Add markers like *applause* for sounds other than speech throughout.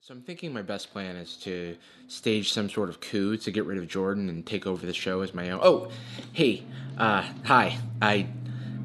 So I'm thinking my best plan is to stage some sort of coup to get rid of Jordan and take over the show as my own. Oh, hey, uh, hi. I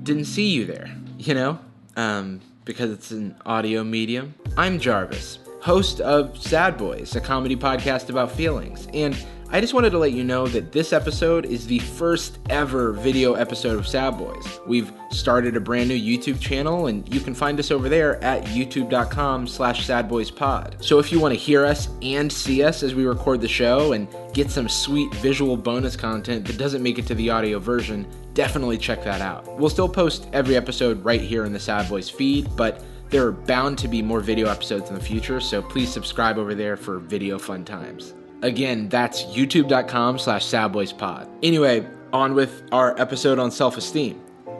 didn't see you there. You know, um, because it's an audio medium. I'm Jarvis, host of Sad Boys, a comedy podcast about feelings, and I just wanted to let you know that this episode is the first ever video episode of Sad Boys. We've started a brand new YouTube channel, and you can find us over there at youtube.com slash sadboyspod. So if you want to hear us and see us as we record the show and get some sweet visual bonus content that doesn't make it to the audio version, definitely check that out. We'll still post every episode right here in the Sad Boys feed, but there are bound to be more video episodes in the future, so please subscribe over there for video fun times. Again, that's youtube.com slash sadboyspod. Anyway, on with our episode on self-esteem.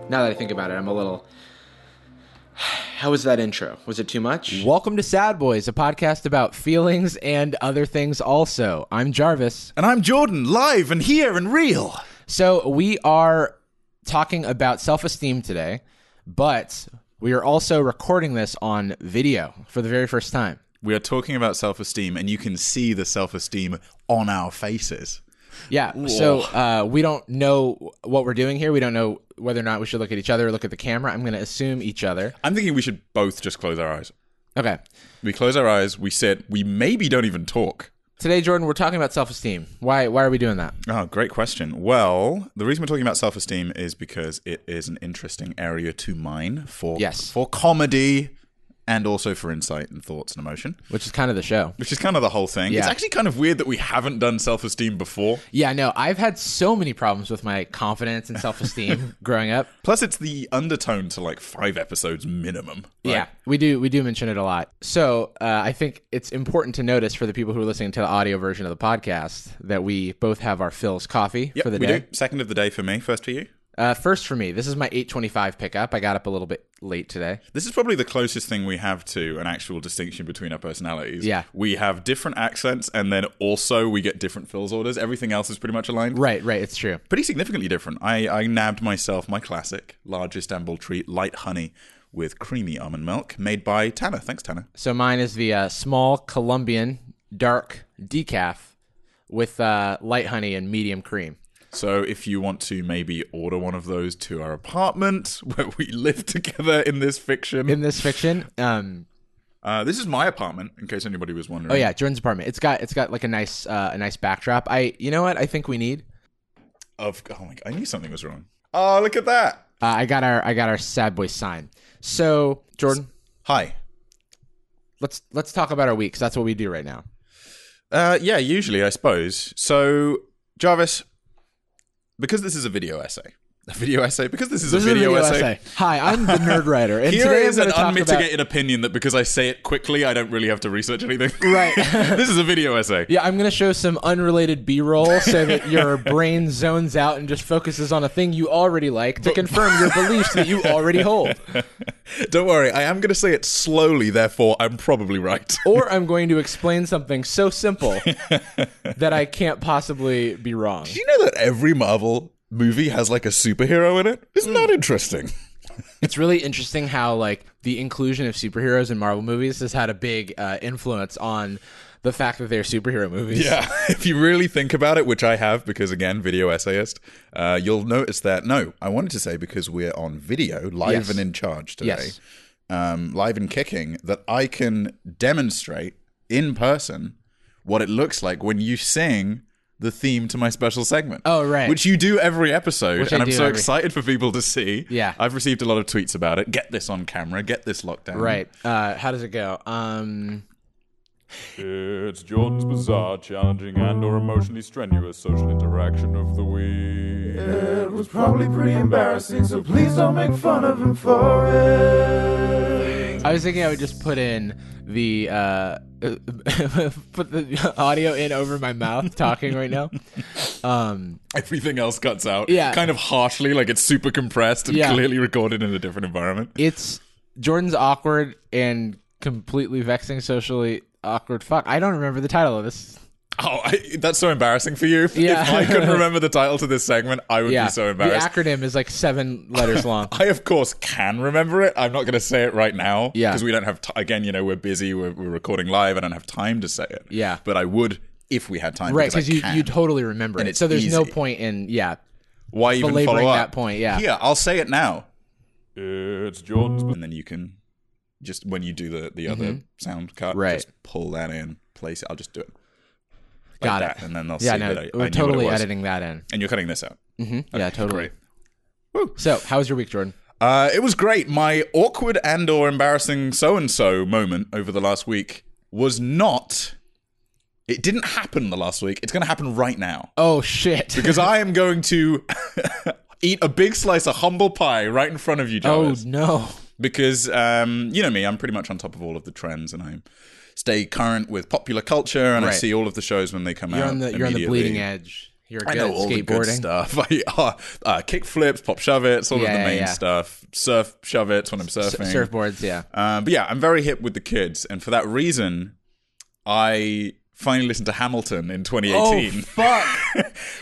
Now that I think about it, I'm a little... *sighs* How was that intro? Was it too much? Welcome to Sad Boys, a podcast about feelings and other things also. I'm Jarvis. And I'm Jordan, live and here and real. So we are talking about self-esteem today, but we are also recording this on video for the very first time. We are talking about self esteem, and you can see the self esteem on our faces. Yeah. So uh, we don't know what we're doing here. We don't know whether or not we should look at each other or look at the camera. I'm going to assume each other. I'm thinking we should both just close our eyes. Okay. We close our eyes, we sit, we maybe don't even talk. Today, Jordan, we're talking about self-esteem. Why? Why are we doing that? Oh, great question. Well, the reason we're talking about self esteem is because it is an interesting area to mine for, Yes. for comedy and also for insight and thoughts and emotion, Which is kind of the show. which is kind of the whole thing. It's Yeah. actually kind of weird that we haven't done self esteem before. Yeah. No, I've had so many problems with my confidence and *laughs* self-esteem growing up. Plus, it's the undertone to like five episodes minimum. Like, Yeah, we do. We do mention it a lot. So uh, I think it's important to notice for the people who are listening to the audio version of the podcast that we both have our Phil's coffee Yep, for the we day. do. Second of the day for me, first for you. Uh, first for me, this is my 825 pickup. I got up a little bit late today. This is probably the closest thing we have to an actual distinction between our personalities. Yeah. We have different accents and then also we get different Phil's orders. Everything else is pretty much aligned. Right, right. It's true. Pretty significantly different. I, I nabbed myself my classic large Istanbul treat, light honey with creamy almond milk, made by Tanner. Thanks, Tanner. So mine is the uh, small Colombian dark decaf with uh, light honey and medium cream. So if you want to maybe order one of those to our apartment *laughs* where we live together in this fiction. In this fiction, um, Uh, this is my apartment, in case anybody was wondering. oh yeah, Jordan's apartment. It's got it's got like a nice uh, a nice backdrop. I you know what I think we need. Of oh my god, I knew something was wrong. Oh, look at that. Uh, I got our I got our sad boy sign. So Jordan, Hi. let's let's talk about our weeks. That's what we do right now. Uh, yeah, usually, I suppose. So, Jarvis, because this is a video essay, *laughs* a video essay, because this is a video, essay, Hi, I'm the nerd writer, and here today is I'm going to an talk about. unmitigated opinion that because I say it quickly, I don't really have to research anything. *laughs* Right. this is a video essay. Yeah, I'm going to show some unrelated B-roll so that your brain zones out and just focuses on a thing you already like to confirm your beliefs that you already hold. Don't worry, I am going to say it slowly, therefore, I'm probably right. *laughs* Or I'm going to explain something so simple that I can't possibly be wrong. Do you know that every Marvel movie has like a superhero in it? Isn't that interesting? It's really interesting how like the inclusion of superheroes in Marvel movies has had a big uh, influence on the fact that they're superhero movies. Yeah, *laughs* if you really think about it, which I have because again, video essayist, uh, you'll notice that. No, I wanted to say because we're on video, live Yes. and in charge today, Yes. um, live and kicking, that I can demonstrate in person what it looks like when you sing the theme to my special segment. Oh, right. which you do every episode, Which I and I'm do so every- excited for people to see. Yeah. I've received a lot of tweets about it. Get this on camera. Get this locked down. Right. Uh, how does it go? Um, It's Jordan's Bizarre, challenging and or emotionally strenuous social interaction of the week. It was probably pretty embarrassing, so please don't make fun of him for it. I was thinking I would just put in the uh, *laughs* put the audio in over my mouth talking right *laughs* now. Um, Everything else cuts out. Yeah. Kind of harshly, like it's super compressed and Yeah. clearly recorded in a different environment. it's Jordan's awkward and completely vexing socially awkward fuck. I don't remember the title of this. Oh, I, that's so embarrassing for you. Yeah. If I *laughs* could remember the title to this segment, I would Yeah, be so the embarrassed. acronym is like seven letters *laughs* long. I, of course, can remember it. I'm not going to say it right now. Yeah. Because we don't have, t- again, you know, we're busy, we're, we're recording live, I don't have time to say it. Yeah. But I would if we had time. Right, because because I you, can. you totally remember it. it's So there's no easy. point in yeah. Why even belaboring follow up? that point, yeah. Here, I'll say it now. It's Jordan's And then you can just, when you do the, the other sound cut, Mm-hmm. Right. just pull that in, place it. I'll just do it. Like Got that, it. And then they'll yeah, see no, that I, we're I knew what totally it was. editing that in. And you're cutting this out. hmm yeah, totally. Great. So, how was your week, Jordan? Uh, it was great. My awkward and or embarrassing so and so moment over the last week was not. It didn't happen the last week. It's going to happen right now Oh shit! *laughs* because I am going to *laughs* eat a big slice of humble pie right in front of you, oh Jarvis. no! Because um, you know me, I'm pretty much on top of all of the trends, and I stay current with popular culture, and I Right. see all of the shows when they come You're out. on the you're on the bleeding immediately. edge. You're good I know at all skateboarding. the good stuff. *laughs* I, uh, uh, kick flips, pop shove it's all Yeah, of the yeah, main yeah. stuff. Surf shove it's when I'm S- surfing. surfboards, *laughs* yeah. Uh, but yeah, I'm very hip with the kids, and for that reason, I finally listened to Hamilton Oh. in 2018. *laughs* fuck!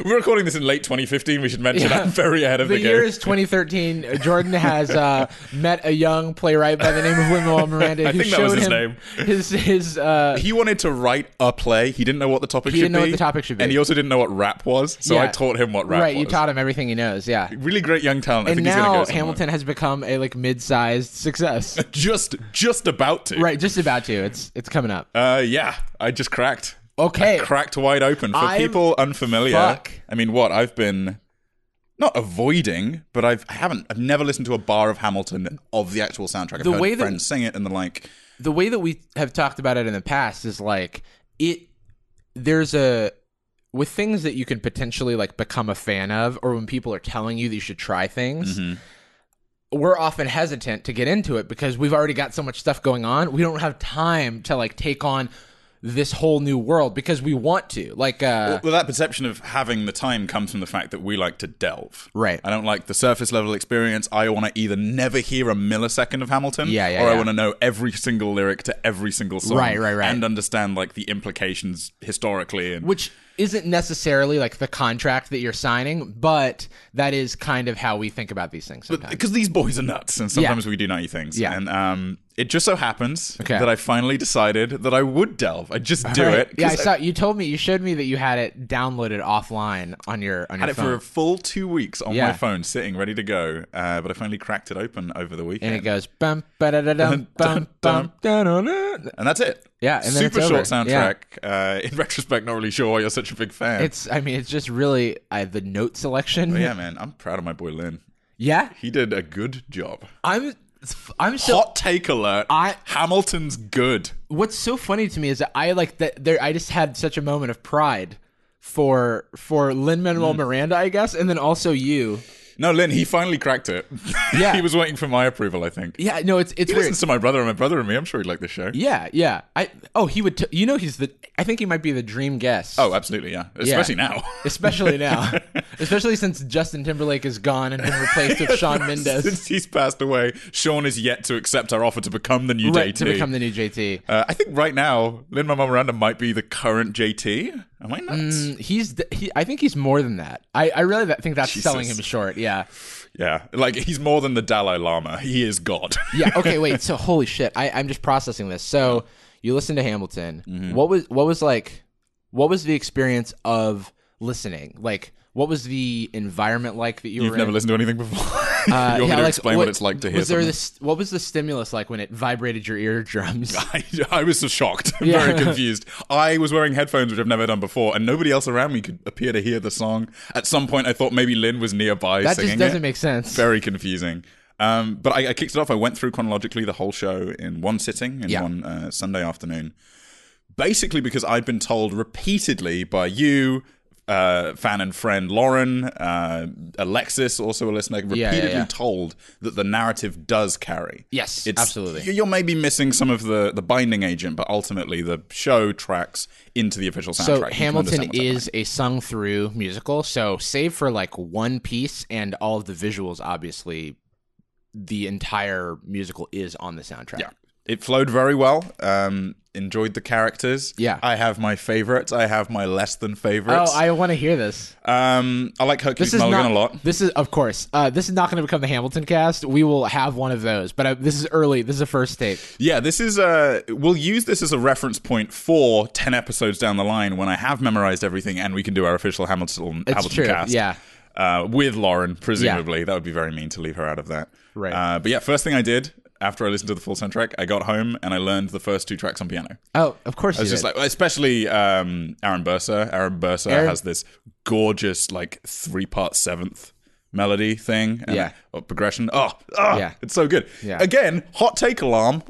We're recording this in late 2015. We should mention Yeah. I'm very ahead of the, the year game. is 2013. Jordan has uh, met a young playwright by the name of *laughs* Wimwell Miranda. I who think that was showed his him name. His his uh, He wanted to write a play. He didn't know what the topic He should didn't know what be. the topic should be. and he also didn't know what rap was. So I Yeah. taught him what rap right. was. You taught him everything he knows. Yeah. really great young talent. I And think he's gonna now go somewhere. Hamilton has become a like mid-sized *laughs* success. just just about to. right, just about to. It's it's coming up. Uh, yeah, I just cracked. Okay. cracked wide open for I'm- people unfamiliar. Fuck. I mean, what I've been not avoiding, but I've I haven't I've never listened to a bar of Hamilton of the actual soundtrack. I've The heard way that- friends sing it and the like. the way that we have talked about it in the past is like it there's a with things that you can potentially like become a fan of or when people are telling you that you should try things we're often hesitant to get into it because we've already got so much stuff going on we don't have time to like take on this whole new world because we want to like uh Well, that perception of having the time comes from the fact that we like to delve. Right. I don't like the surface level experience. I want to either never hear a millisecond of Hamilton, Yeah, yeah, or I yeah. want to know every single lyric to every single song, Right, right, right. and understand like the implications historically and which isn't necessarily like the contract that you're signing but that is kind of how we think about these things sometimes because these boys are nuts, and sometimes we do nutty things. Yeah. And um, it just so happens Okay. that I finally decided that I would delve. I just do Right. it. 'cause Yeah, I I've saw you told me you showed me that you had it downloaded offline on your on your had it phone, for a full two weeks on my Yeah. phone, sitting ready to go. Uh, but I finally cracked it open over the and weekend, it goes bum ba da da dum bum bum da da da. And that's it. Yeah, and then super it's over. short soundtrack. Uh, in *laughs* retrospect, not really sure why you're such a big fan. It's I mean it's just really uh, the note selection. but Oh, yeah, man, I'm proud of my boy Lynn. Yeah? He did a good job. I'm I'm so Hot take alert. I- Hamilton's good. what's so funny to me is that I like that there I just had such a moment of pride for for Lin Manuel Mm. Miranda I guess and then also you. No, Lynn, he finally cracked it. *laughs* Yeah. he was waiting for my approval, I think. Yeah, no, it's it's He weird. listens to my brother and my brother and me. I'm sure he'd like this show. Yeah, yeah. I oh, he would t- you know he's the I think he might be the dream guest. Oh, absolutely, yeah. Especially now. *laughs* Especially *laughs* now. Especially since Justin Timberlake is gone and been replaced with Sean Mendes. *laughs* Since he's passed away, Sean is yet to accept our offer to become the new Right, JT. to become the new JT. uh, I think right now, Lin Manuel Miranda might be the current JT. Am I Mm, nuts? He's th- he, I think he's more than that. I, I really th- think that's selling Jesus. him short. Yeah. Yeah, like he's more than the Dalai Lama. He is God. Yeah. Okay, wait. So holy shit. I, I'm just processing this. So you listened to Hamilton. Mm-hmm. What was what was like what was the experience of listening? Like what was the environment like that you *laughs* You've were never in? listened to anything before. *laughs* Uh, you want me to explain what, it's like to hear was there something? this, what was the stimulus like when it vibrated your eardrums? *laughs* I, I was so shocked, Yeah. *laughs* very confused. I was wearing headphones, which I've never done before, and nobody else around me could appear to hear the song. At some point, I thought maybe Lynn was nearby That singing just doesn't it. make sense. very confusing. Um, but I, I kicked it off. I went through chronologically the whole show in one sitting in Yeah. one uh, Sunday afternoon, basically because I'd been told repeatedly by you. Uh, fan and friend Lauren, uh, Alexis, also a listener, repeatedly yeah, yeah. told that the narrative does carry. Yes, absolutely. you- You're maybe missing some of the the binding agent, but ultimately the show tracks into the official soundtrack. You So can Hamilton understand what's is a sung through musical. So save for like one piece and all of the visuals, obviously, the entire musical is on the soundtrack. Yeah. it flowed very well. Um, enjoyed the characters. Yeah. I have my favorites. I have my less than Oh, favorites. I want to hear this. I, um, I like Hercules This is Mulligan not, a lot. This is, of course, uh, this is not going to become the Hamilton cast. We will have one of those, but I, this is early. This is a first take. Yeah, this is uh we'll use this as a reference point for 10 episodes down the line when I have memorized everything and we can do our official Hamilton It's Hamilton true. cast. Yeah. Uh, with Lauren presumably. That would be very mean to leave her out of that. Right. Uh, but yeah, first thing I did after I listened to the full soundtrack, I got home and I learned the first two tracks on piano. Oh, of course. I was just like, especially um, Aaron Bursa. Aaron Bursa Aaron- has this gorgeous, like three part seventh melody thing, and Yeah. or progression. Oh, oh, Yeah. it's so good. Yeah. Again, hot take alarm.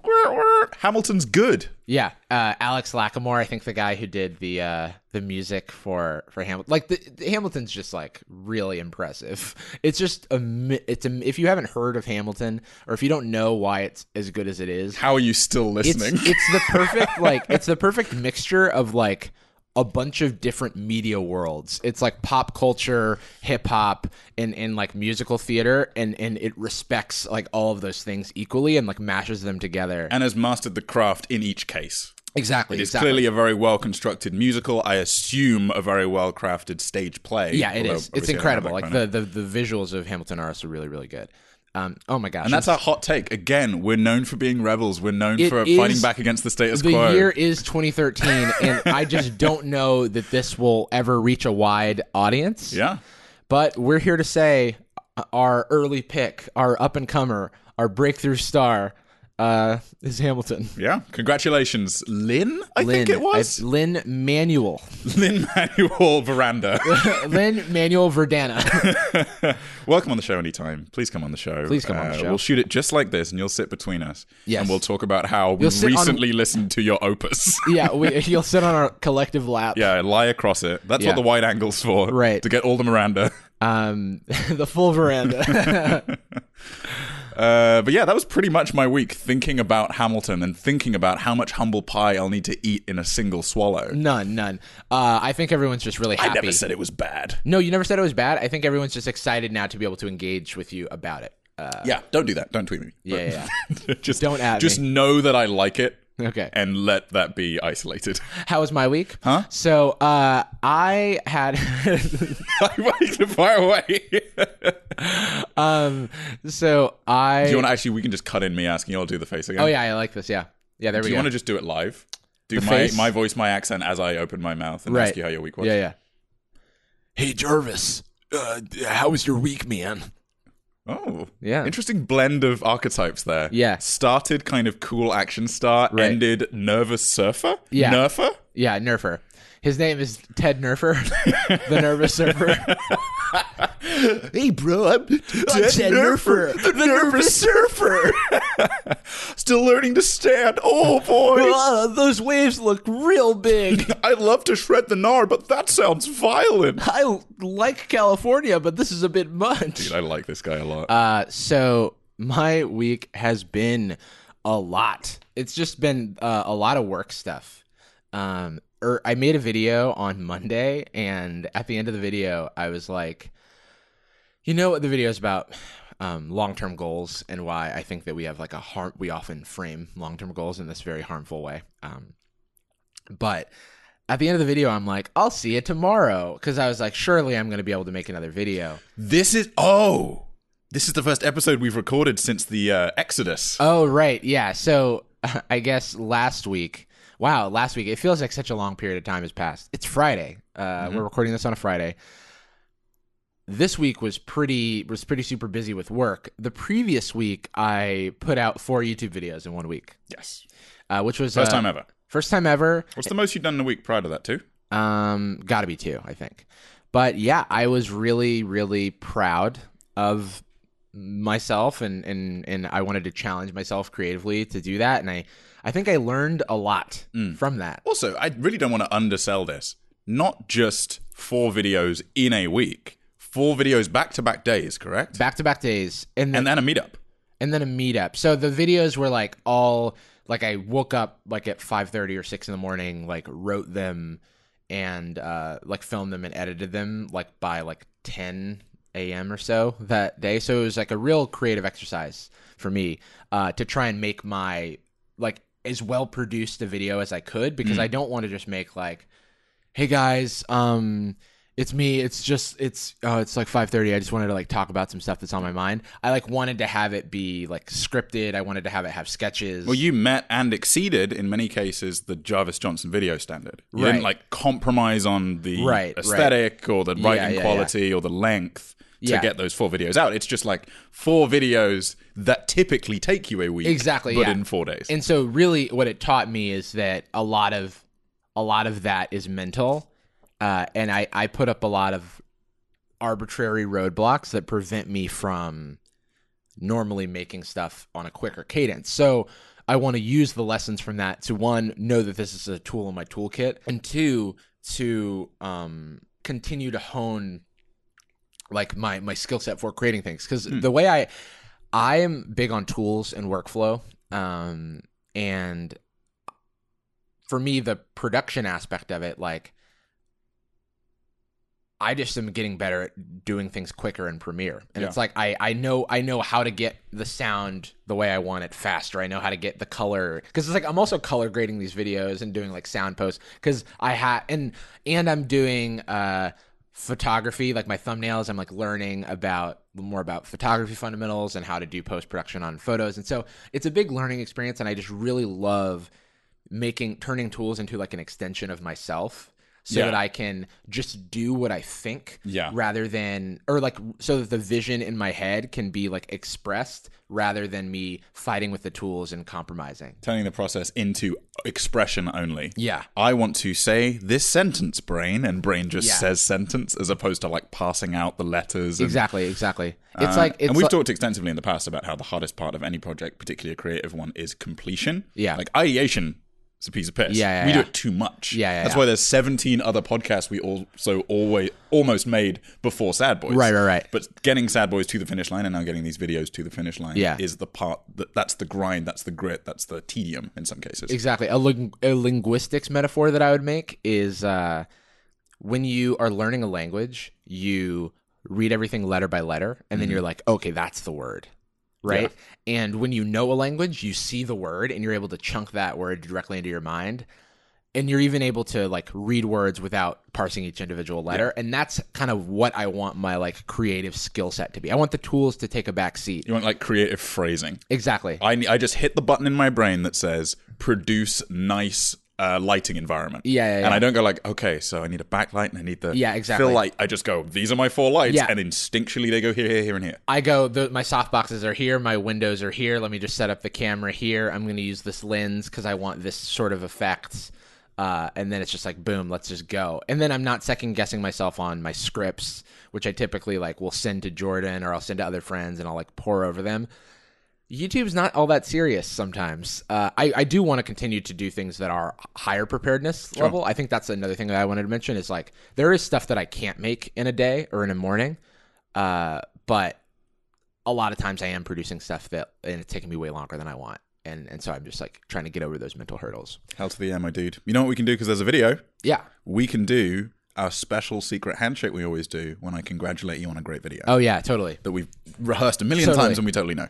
Hamilton's good. yeah. Uh, Alex Lackamore, I think the guy who did the uh, the music for for Hamilton, like the, the Hamilton's just like really impressive. *laughs* It's just a mi- it's a, if you haven't heard of Hamilton or if you don't know why it's as good as it is, How are you still it's listening? it's the perfect like it's the perfect mixture of like a bunch of different media worlds. It's like pop culture, hip hop, and, and like musical theater, and and it respects like all of those things equally and like mashes them together. and has mastered the craft in each case. exactly, It's exactly. clearly a very well constructed musical. I assume a very well crafted stage play. yeah, it although is. It's obviously I don't have incredible. that Like kind the, the the visuals of Hamilton are also really really good. Um, oh my gosh, And that's our hot take. Again, we're known for being rebels. We're known It for is- fighting back against the status the quo. year is *laughs* 2013, and I just don't know that this will ever reach a wide audience. yeah. But we're here to say uh, our early pick, our up and comer, our breakthrough star uh, is Hamilton. Yeah. Congratulations, Lynn. I think it was I- Lynn Manuel. *laughs* *laughs* Lynn Manuel Veranda. *laughs* Lynn Manuel Verdana. *laughs* Welcome on the show anytime. Please come on the show. Uh, Please come on the show. We'll shoot it just like this, and you'll sit between us. Yes. And we'll talk about how we You'll sit on- recently listened to your opus. *laughs* yeah, we, you'll sit on our collective lap. yeah. Lie across it. That's Yeah. what the wide angle's for. Right. To get all the Miranda. Um, *laughs* the full veranda. Uh, but yeah, that was pretty much my week thinking about Hamilton and thinking about how much humble pie I'll need to eat in a single swallow. none, none. Uh, I think everyone's just really I happy. never said it was bad. no, you never said it was bad. I think everyone's just excited now to be able to engage with you about it. Uh, yeah, don't do that. Don't tweet me. yeah, yeah, *laughs* just Don't at Just know that I like it. yeah. *laughs* Okay. and let that be isolated. *laughs* How was my week? Huh? So uh, I had *laughs* I went too far away. do Um. So I. you want to actually? We can just cut in me asking you. I'll do the face again. oh yeah, I like this. Yeah. Yeah. There Do we you go. want to just do it live? Do The my face? my voice, my accent as I open my mouth and ask you how your week was. Yeah. Yeah. Hey Jarvis, uh, how was your week, man? Oh, Yeah. Interesting blend of archetypes there. Yeah. Started kind of cool action star. Right. Ended nervous surfer. Yeah. Nerfer. Yeah, Nerfer. His name is Ted Nerfer, *laughs* the nervous *laughs* surfer. hey, bro, I'm, Ted Nerfer, the nervous surfer. *laughs* Still learning to stand. Oh *laughs* boy. Wow, those waves look real big. I love to shred the gnar, but that *laughs* sounds violent. I like California, but this is a bit much. Dude, I like this guy a lot. Uh, so my week has been a lot. It's just been uh, a lot of work stuff. Um, er, I made a video on Monday, and at the end of the video, I was like, you know what the video is about? Um, long-term goals and why I think that we have like a harm. We often frame long-term goals in this very harmful way. Um, but at the end of the video, I'm like, I'll see you tomorrow because I was like, surely I'm going to be able to make another video. This is oh, this is the first episode we've recorded since the uh, Exodus. Oh right, yeah. So *laughs* I guess last week. Wow, last week. It feels like such a long period of time has passed. It's Friday. Uh, Mm-hmm. We're recording this on a Friday. This week was pretty was pretty super busy with work. The previous week, I put out four YouTube videos in one week, yes, uh, which was first uh, time ever. First time ever. What's the most you've done in a week prior to that too? Um, gotta be two, I think. But yeah, I was really, really proud of myself and and and I wanted to challenge myself creatively to do that and I I think I learned a lot from that. Also, I really don't want to undersell this. Not just four videos in a week, four videos back to back days, correct? Back to back days and then and then a meetup. and then a meetup. So the videos were like all like I woke up like at five thirty or six in the morning, like wrote them and uh like filmed them and edited them like by like ten a.m. or so that day. So it was like a real creative exercise for me uh to try and make my like as well produced a video as I could because I don't want to just make like, hey guys, um, it's me. It's just it's uh, it's like five thirty. I just wanted to like talk about some stuff that's on my mind. I like wanted to have it be like scripted. I wanted to have it have sketches. Well, you met and exceeded in many cases the Jarvis Johnson video standard. You didn't Right. like compromise on the Right, right. aesthetic or the writing yeah, quality or the length to Yeah. get those four videos out. It's just like four videos that typically take you a week, Exactly, but yeah. in four days. and so really what it taught me is that a lot of a lot of that is mental uh, and I, I put up a lot of arbitrary roadblocks that prevent me from normally making stuff on a quicker cadence so i want to use the lessons from that to one know that this is a tool in my toolkit and two to um, continue to hone like my my skill set for creating things because the way i i am big on tools and workflow um and for me the production aspect of it like i just am getting better at doing things quicker in premiere and Yeah. it's like i i know i know how to get the sound the way i want it faster i know how to get the color because it's like i'm also color grading these videos and doing like sound posts because i had and and i'm doing uh photography like my thumbnails i'm like learning about more about photography fundamentals and how to do post production on photos and so it's a big learning experience and i just really love making turning tools into like an extension of myself so Yeah. that i can just do what i think Yeah. rather than or like so that the vision in my head can be like expressed rather than me fighting with the tools and compromising Turning the process into expression only. yeah I want to say this sentence, brain, and brain just Yeah. says sentence as opposed to like passing out the letters. And, exactly exactly it's like it's Uh, and we've like- talked extensively in the past about how the hardest part of any project, particularly a creative one, is completion. Yeah. Like ideation is a piece of piss. Yeah, yeah, we do yeah. it too much. Yeah, yeah, That's yeah. why there's 17 other podcasts we also always almost made before Sad Boys. Right, right, right. But getting Sad Boys to the finish line and now getting these videos to the finish line Yeah. is the part that that's the grind, that's the grit, that's the tedium in some cases. Exactly. A, ling- a linguistics metaphor that I would make is uh, when you are learning a language, you read everything letter by letter, and then you're like, okay, that's the word. Right. And when you know a language, you see the word and you're able to chunk that word directly into your mind. And you're even able to like read words without parsing each individual letter. And that's kind of what I want my like creative skill set to be. I want the tools to take a back seat. You want like creative phrasing. Exactly. I I just hit the button in my brain that says produce nice uh, lighting environment. Yeah, yeah, And yeah. I don't go like, okay, so I need a backlight and I need the Yeah, exactly. fill light. I just go, these are my four lights, Yeah. and instinctually they go here, here, here, and here. I go, the, my softboxes are here, my windows are here. Let me just set up the camera here. I'm going to use this lens because I want this sort of effects. Uh, and then it's just like, boom, let's just go. And then I'm not second guessing myself on my scripts, which I typically like will send to Jordan or I'll send to other friends and I'll like pour over them. YouTube's not all that serious sometimes. Uh, I, I do want to continue to do things that are higher preparedness level. I think that's another thing that I wanted to mention is like there is stuff that I can't make in a day or in a morning, uh, but a lot of times I am producing stuff that and it's taking me way longer than I want, and and so I'm just like trying to get over those mental hurdles. Hell to the yeah, my dude. You know what we can do because there's a video. Yeah. We can do our special secret handshake we always do when I congratulate you on a great video Oh yeah, totally. that we've rehearsed a million Totally. times and we totally know.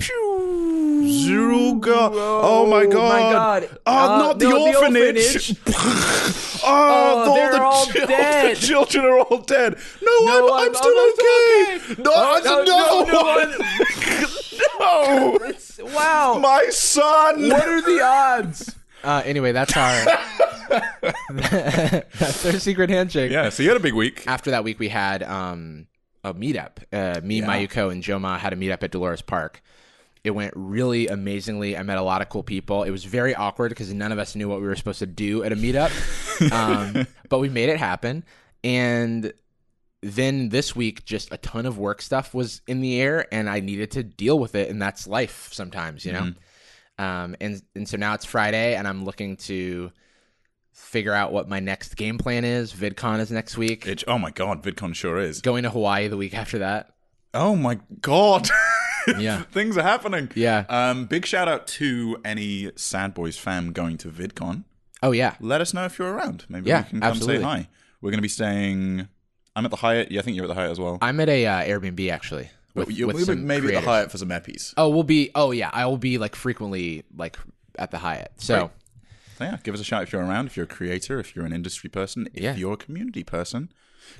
Zero go- Oh my god! God. Oh, Uh, not the no, the orphanage! *laughs* oh, all they're the all chil- *laughs* dead. The children are all dead. No, I'm, I'm, I'm- still I'm okay. No, Oh, no, *laughs* no, no, Wow. my son. are the odds? Uh, anyway, that's our *laughs* that's our secret handshake. Yeah, so you had a big week. after that week we had um a meetup uh, me mayuko and joma had a meetup at dolores park it went really amazingly i met a lot of cool people it was very awkward because none of us knew what we were supposed to do at a meetup um, but we made it happen and then this week just a ton of work stuff was in the air and i needed to deal with it and that's life sometimes you know um, and and so now it's friday and i'm looking to figure out what my next game plan is vidcon is next week It- oh my god, VidCon sure is. going to Hawaii the week after that. Oh my god. *laughs* Yeah. Things are happening. Yeah. Um, big shout out to any Sad Boys fam going to VidCon. Oh yeah. let us know if you're around. Maybe Yeah, we can come absolutely. say hi. We're going to be staying. I'm at the Hyatt. Yeah, I think you're at the Hyatt as well. I'm at a uh, Airbnb actually. With, But you- with we'll be some maybe at creators. the Hyatt for some eppies. Oh, we'll be. Oh yeah, I will be like frequently like at the Hyatt. So Right. So yeah, give us a shout if you're around, if you're a creator, if you're an industry person, if Yeah. you're a community person.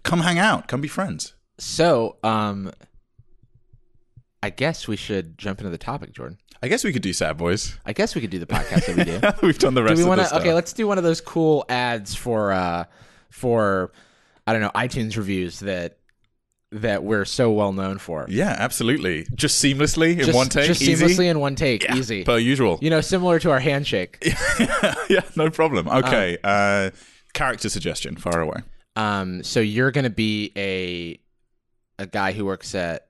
Come hang out. Come be friends. so um, I guess we should jump into the topic, Jordan. I guess we could do sad boys. I guess we could do the podcast that we do. We've done *laughs* the rest do we of want the to? stuff. Okay, let's do one of those cool ads for uh for I don't know iTunes reviews that that we're so well known for. yeah, absolutely. Just seamlessly in Just- one take, just easy, seamlessly in one take, easy. per usual. you know, similar to our handshake. *laughs* yeah, no problem. Okay, uh, character suggestion, far away. Um, so you're gonna be a a guy who works at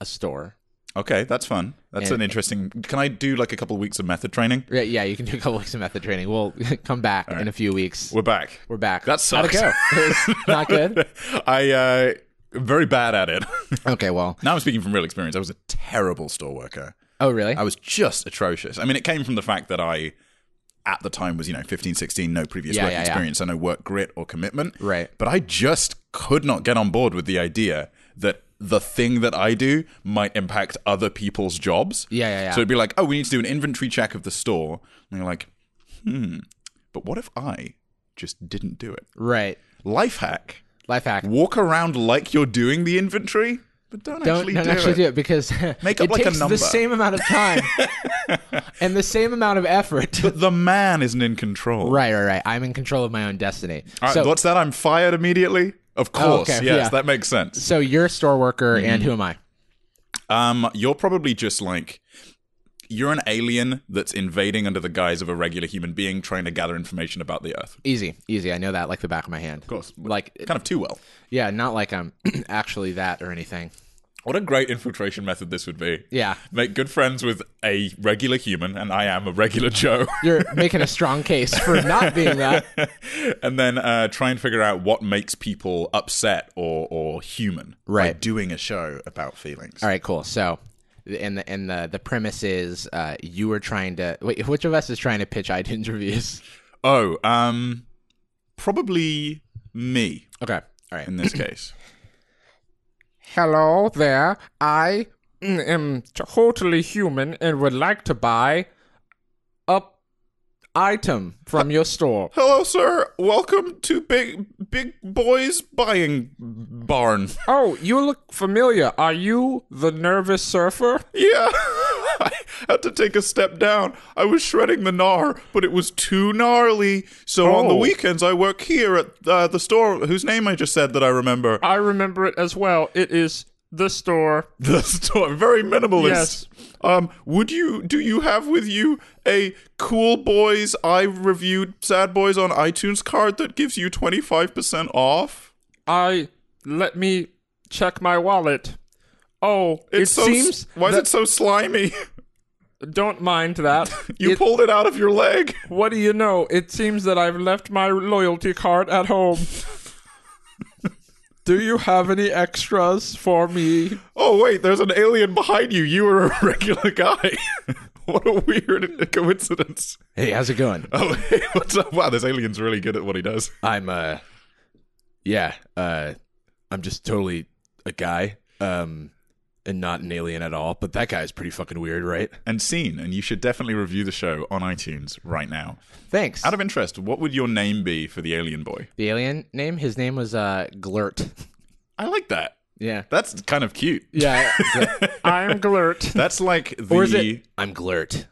a store. Okay, that's fun. That's And- an interesting. Can I do like a couple weeks of method training? Yeah, yeah, you can do a couple weeks of method training. We'll *laughs* come back in a few weeks. We're, We're back. back. That sucks. How'd it *laughs* go? *laughs* Not good. I uh, very bad at it. *laughs* Okay, well. now I'm speaking from real experience. I was a terrible store worker. Oh, really? I was just atrocious. I mean, it came from the fact that I, at the time, was, you know, 15, 16, no previous Yeah, work yeah, yeah. experience, and no work grit or commitment. Right. But I just could not get on board with the idea that the thing that I do might impact other people's jobs. Yeah, yeah, yeah. So it'd be like, oh, we need to do an inventory check of the store. And you're like, hmm, but what if I just didn't do it? Right. Life hack Life hack. walk around like you're doing the inventory, but don't, don't actually don't do actually it. do it because *laughs* Make it up like a takes number. the same amount of time *laughs* and the same amount of effort. But the man isn't in *laughs* control. right, right, right. I'm in control of my own destiny. All right, so, Oh, what's that? I'm fired immediately. Of course, okay, yes, yeah. that makes sense. so you're a store worker, Mm-hmm. and who am I? Um, you're probably just like you're an alien that's invading under the guise of a regular human being, trying to gather information about the Earth. Easy, easy. I know that like the back of my hand. Of course. Like, Kind of too well. yeah, not like I'm *clears throat* actually that or anything. What a great infiltration method this would be. Yeah. Make good friends with a regular human, and I am a *laughs* regular Joe. You're making a strong case for not being that. *laughs* and then uh, try and figure out what makes people upset or, or human. by Right. doing a show about feelings. All right, cool. So, and the and the the premise is uh, you were trying to wait. Which of us is trying to pitch iTunes reviews? Oh, um, probably me *laughs* Okay, all right. in this case. Hello there. I am totally human and would like to buy a item from your store. *clears throat* Hello, sir. Welcome to Big Big Boys Buying Barn. *laughs* Oh, you look familiar. Are you the nervous surfer? Yeah, *laughs* I had to take a step down. I was shredding the gnar, but it was too gnarly. So on the Oh. weekends, I work here at uh, the store whose name I just said that I remember. I remember it as well. It is the store. *laughs* the store, very minimalist. Yes. Um, would you do you have with you a Cool Boys I reviewed Sad Boys on iTunes card that gives you twenty five percent off? I let me check my wallet. Oh, It's it so, seems Why is that- it so slimy? *laughs* don't mind that. You It- pulled it out of your leg. what do you know? It seems that I've left my loyalty card at home. do you have any extras for me? Oh wait, there's an alien behind you. You were a *laughs* regular guy. what a weird coincidence. *laughs* Hey, how's it going? Oh, hey, what's up? Wow, this alien's really good at what he does. I'm uh yeah, uh I'm just totally a guy. Um and not an alien at all, but that guy's pretty fucking weird, right? And seen, and you should definitely review the show on iTunes right now. Thanks. Out of interest, what would your name be for the alien boy? the alien name, his name was uh Glurt. *laughs* I like that. Yeah. That's kind of cute. Yeah. *laughs* I'm Glurt. That's like the or is it I'm Glurt.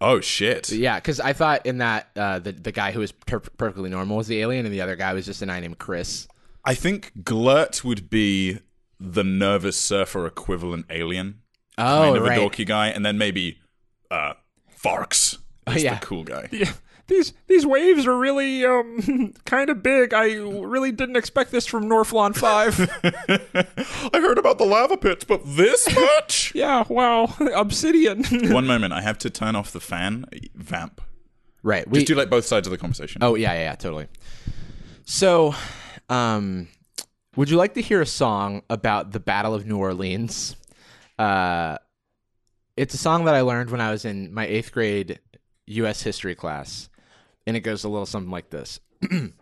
oh shit. yeah, cuz I thought in that uh the, the guy who was per- perfectly normal was the alien and the other guy was just a guy named Chris. I think Glurt would be the nervous surfer equivalent alien. Oh, kind of right. a dorky guy, and then maybe uh, Farks is Oh, yeah. the cool guy. Yeah, *laughs* these these waves are really um *laughs* kind of big. I really didn't expect this from Norflon *laughs* Five. *laughs* I heard about the lava pits, but *laughs* this much? yeah, wow, *laughs* Obsidian. One moment, I have to turn off the fan. eh, Vamp. Right. We Do like both sides of the conversation. Oh yeah, yeah, yeah, totally. So, um, would you like to hear a song about the Battle of New Orleans? Uh, it's a song that I learned when I was in my eighth grade U.S. history class, and it goes a little something like this. *clears throat*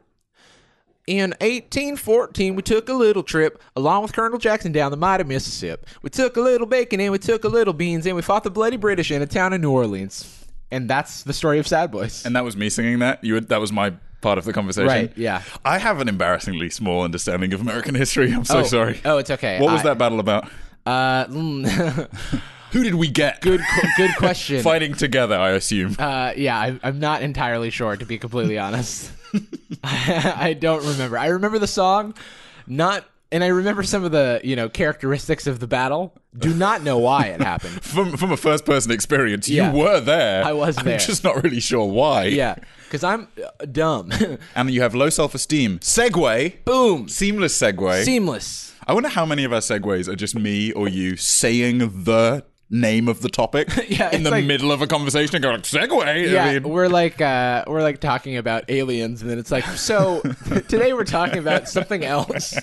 In 1814, we took a little trip along with Colonel Jackson down the mighty Mississippi. We took a little bacon and we took a little beans and we fought the bloody British in a town in New Orleans. And that's the story of Sad Boys. And that was me singing that. You had, that was my part of the conversation. Right, yeah. I have an embarrassingly small understanding of American history. I'm so Oh, sorry. oh, it's okay. What was I- that battle about? Uh, mm, *laughs* Who did we get? good, qu- good question. *laughs* Fighting together, I assume. Uh, yeah, I, I'm not entirely sure, to be completely honest. *laughs* I don't remember. I remember the song, not, and I remember some of the you know characteristics of the battle. Do not know why it *laughs* happened. from from a first person experience, Yeah. you were there. I was there. I'm just not really sure why. Yeah, because I'm uh, dumb. *laughs* And you have low self esteem. Segway. Boom, Seamless segue. seamless. I wonder how many of our segues are just me or you saying the name of the topic *laughs* Yeah, in it's the like- middle of a conversation and going, segue. I Yeah, mean- we're like uh, we're like talking about aliens, and then it's like, so *laughs* today we're talking about something else.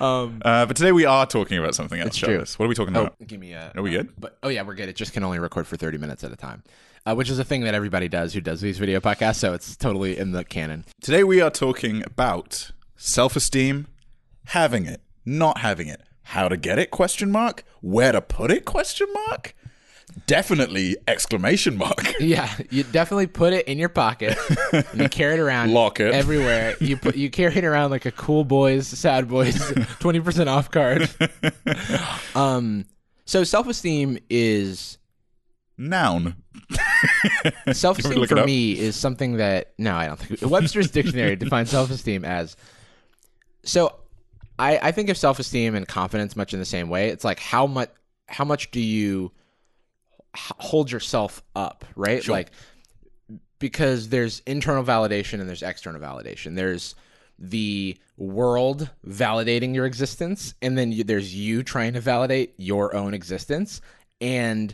Uh, but today we are talking about something else. true. Oh. Travis. What are we talking about? Give me a. Are we good? But oh yeah, we're good. It just can only record for thirty minutes at a time, uh, which is a thing that everybody does who does these video podcasts. So it's totally in the canon. Today we are talking about self-esteem, having it, not having it, how to get it? Question mark. Where to put it? Question mark. Definitely exclamation mark. *laughs* Yeah, you definitely put it in your pocket. and you carry it around, Lock it. everywhere. You put you carry it around like a cool boys, sad boys, *laughs* twenty percent off card. um, so self esteem is Noun. self You want me esteem to look it for up? me is something that no, I don't think Webster's *laughs* dictionary defines self esteem as so I, I think of self esteem and confidence much in the same way. It's like how much how much do you h- hold yourself up, right? Like because there's internal validation and there's external validation. There's the world validating your existence, and then you, there's you trying to validate your own existence. And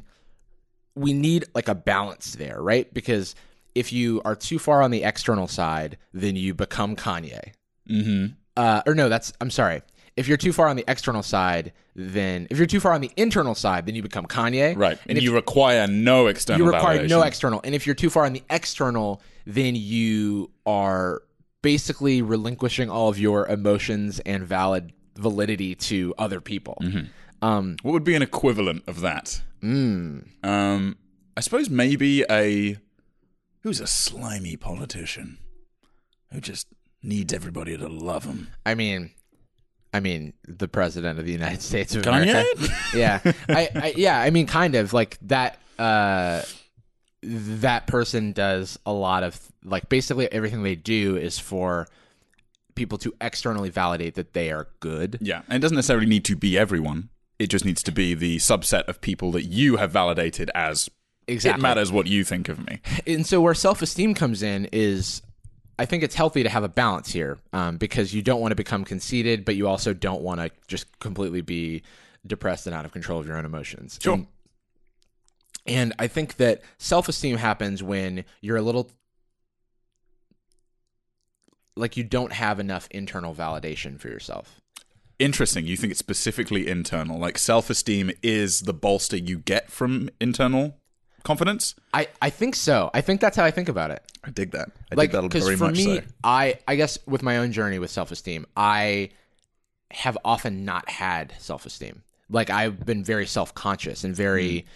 we need like a balance there, right? Because if you are too far on the external side, then you become Kanye. Mm-hmm. Uh, or no, that's I'm sorry. If you're too far on the external side, then if you're too far on the internal side, then you become Kanye. Right. And And, if you require no external. you require no validation. external and if you're too far on the external then you are basically relinquishing all of your emotions and valid validity to other people Mm-hmm. um What would be an equivalent of that? Um, I suppose maybe a who's a slimy politician who just needs everybody to love him. i mean i mean the president of the united *laughs* states of Kanye? america yeah I, I yeah i mean kind of like that uh that person does a lot of like basically everything they do is for people to externally validate that they are good yeah, and it doesn't necessarily need to be everyone. It just needs to be the subset of people that you have validated as. Exactly. It matters what you think of me. and so where self-esteem comes in is i think it's healthy to have a balance here um, because you don't want to become conceited but you also don't want to just completely be depressed and out of control of your own emotions sure. and, and i think that self-esteem happens when you're a little like you don't have enough internal validation for yourself Interesting. You think it's specifically internal. Like self esteem is the bolster you get from internal confidence. I, I think so. I think that's how I think about it. I dig that. I like dig that because very for much me, so. I I guess with my own journey with self esteem, I have often not had self esteem. Like I've been very self conscious and very, Mm-hmm.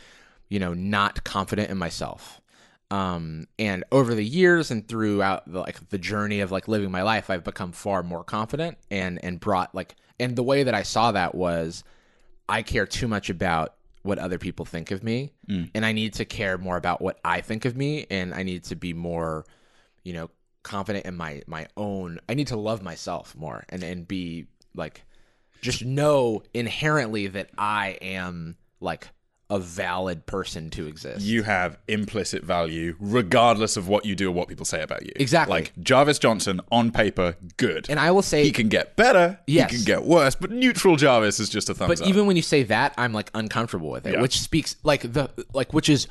you know, not confident in myself. Um, and over the years and throughout the, like the journey of like living my life, I've become far more confident and and brought like and the way that I saw that was I care too much about what other people think of me and I need to care more about what I think of me and I need to be more you know confident in my my own I need to love myself more and and be like just know inherently that I am like a valid person to exist. you have implicit value regardless of what you do or what people say about you. Exactly. Like Jarvis Johnson on paper, good. and I will say he can get better. Yes. He can get worse. But neutral Jarvis is just a thumbs but up. even when you say that i'm like uncomfortable with it Yeah. which speaks like the like which is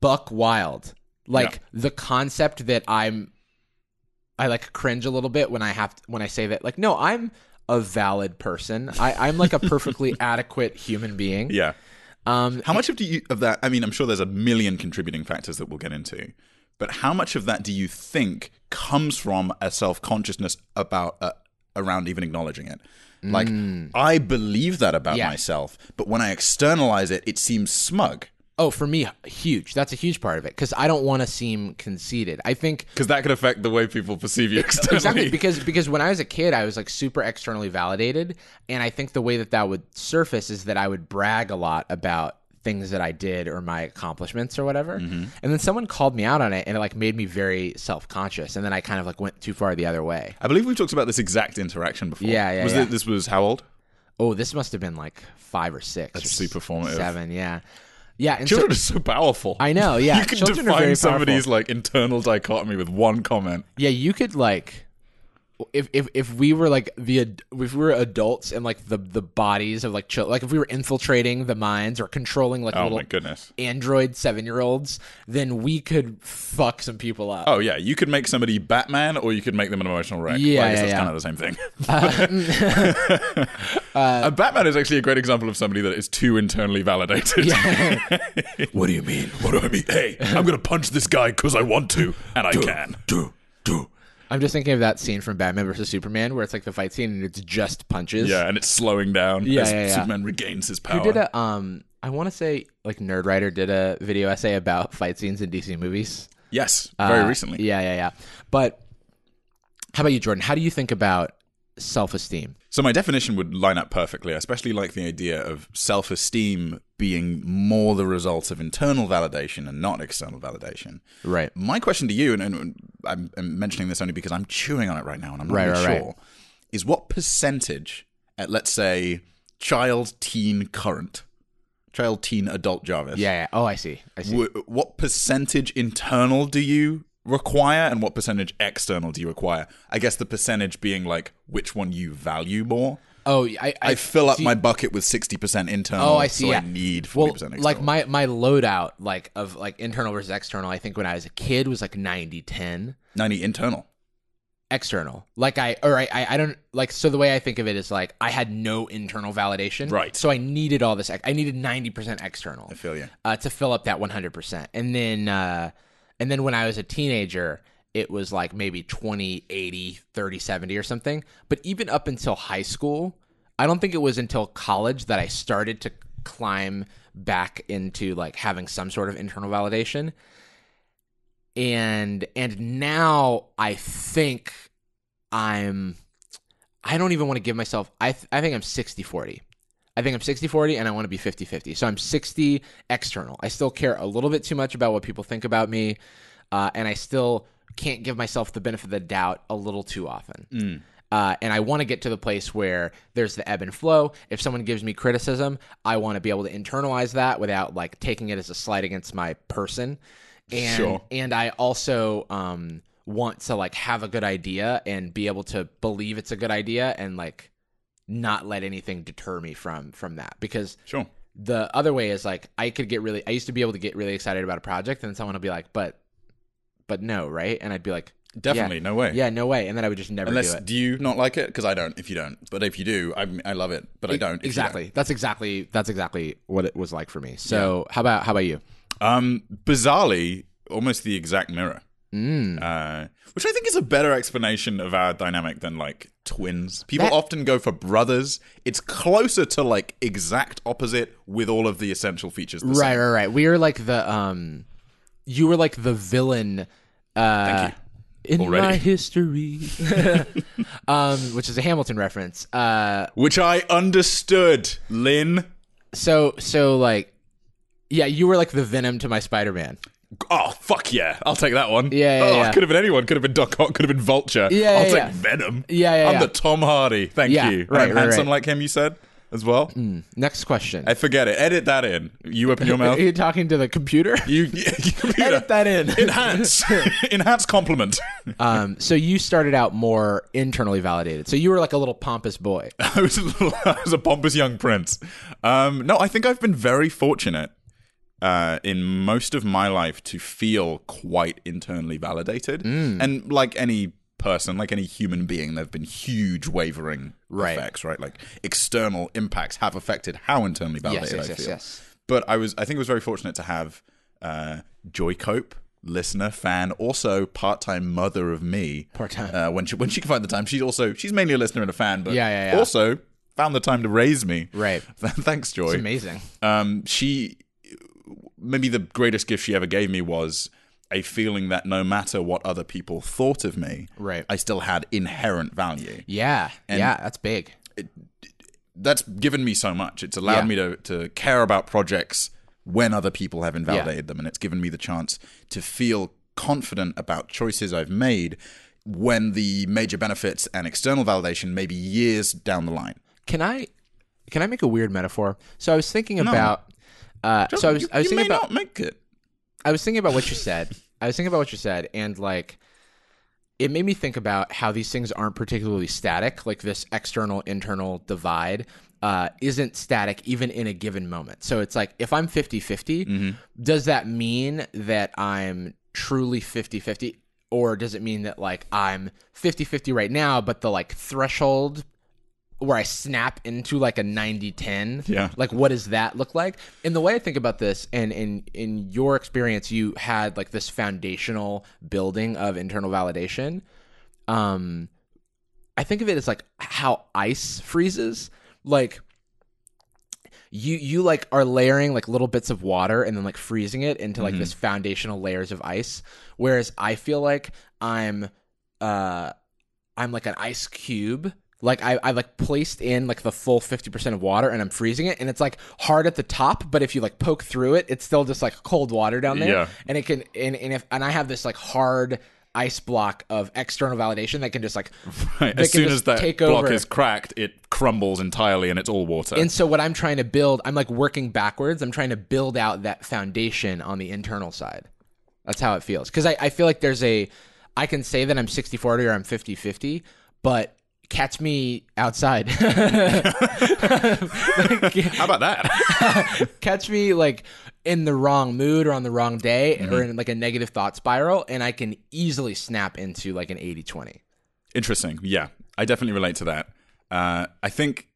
buck wild like Yeah. the concept that i'm i like cringe a little bit when i have when i say that like no i'm a valid person I, i'm like a *laughs* perfectly adequate human being yeah. um How much of do you of that? I mean, I'm sure there's a million contributing factors that we'll get into, but how much of that do you think comes from a self consciousness about uh, around even acknowledging it? Like, I believe that about Mm. Yeah. myself, but when I externalize it, it seems smug. Oh, for me, huge. That's a huge part of it because I don't want to seem conceited. I think Because that could affect the way people perceive you externally. *laughs* exactly because because when I was a kid, I was like super externally validated, and I think the way that that would surface is that I would brag a lot about things that I did or my accomplishments or whatever. Mm-hmm. And then someone called me out on it, and it like made me very self conscious. And then I kind of like went too far the other way. I believe we talked about this exact interaction before. Yeah, yeah, Was yeah. It, this was how old? Oh, this must have been like five or six. That's super formative. Seven, yeah, yeah. And so- *laughs* Children are so powerful. I know, yeah. *laughs* You can Children are define very somebody's powerful. like internal dichotomy with one comment. Yeah, you could like if if if we were like the ad- if we were adults and like the the bodies of like chil- like if we were infiltrating the minds or controlling like Oh little my goodness. android 7-year-olds, then we could fuck some people up. Oh yeah, you could make somebody Batman, or you could make them an emotional wreck. Yeah, Well, I guess yeah, that's yeah. kind of the same thing. *laughs* Uh, Batman is actually *laughs* a great example of somebody that is too internally validated. what do you mean? *laughs* what do I mean? Hey, I'm gonna punch this guy because I want to, and I can. Do do. I'm just thinking of that scene from Batman versus Superman where it's like the fight scene and it's just punches. Yeah, and it's slowing down Yeah, as yeah, yeah. Superman regains his power. Who did a um I want to say like Nerd Writer did a video essay about fight scenes in DC movies. yes, very Uh, recently. Yeah, yeah, yeah. But how about you, Jordan? How do you think about self-esteem? So my definition would line up perfectly. I especially like the idea of self-esteem being more the result of internal validation and not external validation. Right. My question to you, and, and I'm, I'm mentioning this only because I'm chewing on it right now, and I'm not Right, really right, right. sure, is what percentage at let's say child, teen, current, child, teen, adult Jarvis? Yeah, yeah. Oh, I see. I see. w- what percentage internal do you require and what percentage external do you require i guess the percentage being like which one you value more oh, I, I, I fill up see- my bucket with sixty percent internal. Oh, I see. So yeah. I *laughs* need well, forty percent external. like my my loadout like of like internal versus external. I think when I was a kid was like 90 10 ninety internal. external. Like I or I I I don't like so the way I think of it is like I had no internal validation. Right. So I needed all this. ex- I needed 90% external. I feel you. uh, to fill up that 100%. And then uh, and then when I was a teenager, it was like maybe 20 80 30 70 or something. But even up until high school, I don't think it was until college that I started to climb back into like having some sort of internal validation. And and now I think I'm I don't even want to give myself I th- I think I'm 60 40. I think I'm 60 40 and I want to be 50 50. So I'm 60 external. I still care a little bit too much about what people think about me. Uh, and I still can't give myself the benefit of the doubt a little too often. Uh, and I want to get to the place where there's the ebb and flow. If someone gives me criticism, I want to be able to internalize that without like taking it as a slight against my person. And Sure. and I also um want to like have a good idea and be able to believe it's a good idea and like not let anything deter me from from that because Sure. the other way is like I could get really I used to be able to get really excited about a project and someone will be like but but no right and I'd be like yeah. Definitely, no way. yeah no way and then I would just never Unless do do, it you not like it? Because I don't. If you don't, but if you do, I, I love it. But I don't. if you E, exactly that's exactly that's exactly what it was like for me so how about how about you don't. Um, bizarrely, almost the exact mirror. Mm. Uh, which I think is a better explanation of our dynamic than like twins. People That- often go for brothers. It's closer to like exact opposite with all of the essential features. The Right, same. right, right. We were like the um, you were like the villain. Uh, In Already. my history, um, which is a Hamilton reference. Uh, Which I understood, Lynn. so so like, yeah, you were like the Venom to my Spider Man. Oh fuck yeah! I'll take that one. Yeah, yeah, oh, yeah. could have been anyone. Could have been Doc Ock. Could have been Vulture. Yeah, I'll yeah, take yeah. Venom. Yeah, yeah, I'm yeah. the Tom Hardy. Thank Yeah, you. And right, Mm. I'm right, handsome right. like him. You said as well. Next question. I forget it. Edit that in. You open *laughs* your mouth. Are you talking to the computer? you, *laughs* you computer. *laughs* Edit that in. Enhance. *laughs* Enhance *laughs* compliment. Um, so you started out more internally validated. So you were like a little pompous *laughs* boy. *laughs* I was a little, I was a pompous young prince. Um, no, I think I've been very fortunate uh, in most of my life to feel quite internally validated, Mm. and like any person, like any human being, there've been huge wavering Right. effects, right? Like external impacts have affected how internally Yes, validated yes, I yes, feel. yes. But I was, I think, I was very fortunate to have uh, Joy Cope. Listener, fan, also part-time mother of me. Part-time. uh, when she when she can find the time. She's also she's mainly a listener and a fan, but Yeah, yeah, yeah. also *laughs* found the time to raise me. Right. Thanks, Joy. Amazing. Um, she maybe the greatest gift she ever gave me was a feeling that no matter what other people thought of me, Right. I still had inherent value. Yeah. yeah, that's big. That's given me so much. It's allowed Yeah. me to, to care about projects when other people have invalidated them. And it's given me the chance to feel confident about choices I've made when the major benefits and external validation may be years down the line. Can I can I make a weird metaphor? So I was thinking about uh, so I was you, I was you thinking may about not make it. I was thinking about what you said. I was thinking about what you said, and like, it made me think about how these things aren't particularly static. Like this external internal divide uh, isn't static even in a given moment. So it's like if I'm 50 50, does that mean that I'm truly 50 50? Or does it mean that like I'm 50 50 right now, but the like threshold where I snap into like a 90 10. Yeah. Like, what does that look like? And the way I think about this, and in, in your experience, you had like this foundational building of internal validation. Um, I think of it as like how ice freezes. Like, you you like are layering like little bits of water and then like freezing it into like this foundational layers of ice whereas i feel like i'm uh i'm like an ice cube like I, I like placed in like the full 50% of water and i'm freezing it and it's like hard at the top but if you like poke through it it's still just like cold water down there Yeah. and it can and, and if and i have this like hard ice block of external validation that can just like Right. They As can soon just as that take block over. is cracked, it crumbles entirely and it's all water. And so what I'm trying to build, I'm like working backwards. I'm trying to build out that foundation on the internal side. That's how it feels. Because I, I feel like there's a, I can say that I'm 60 40 or I'm 50 50, but catch me outside. *laughs* How about that? *laughs* catch me like in the wrong mood or on the wrong day or Mm-hmm. in like a negative thought spiral. And I can easily snap into like an 80 20. Interesting. Yeah, I definitely relate to that. Uh, I think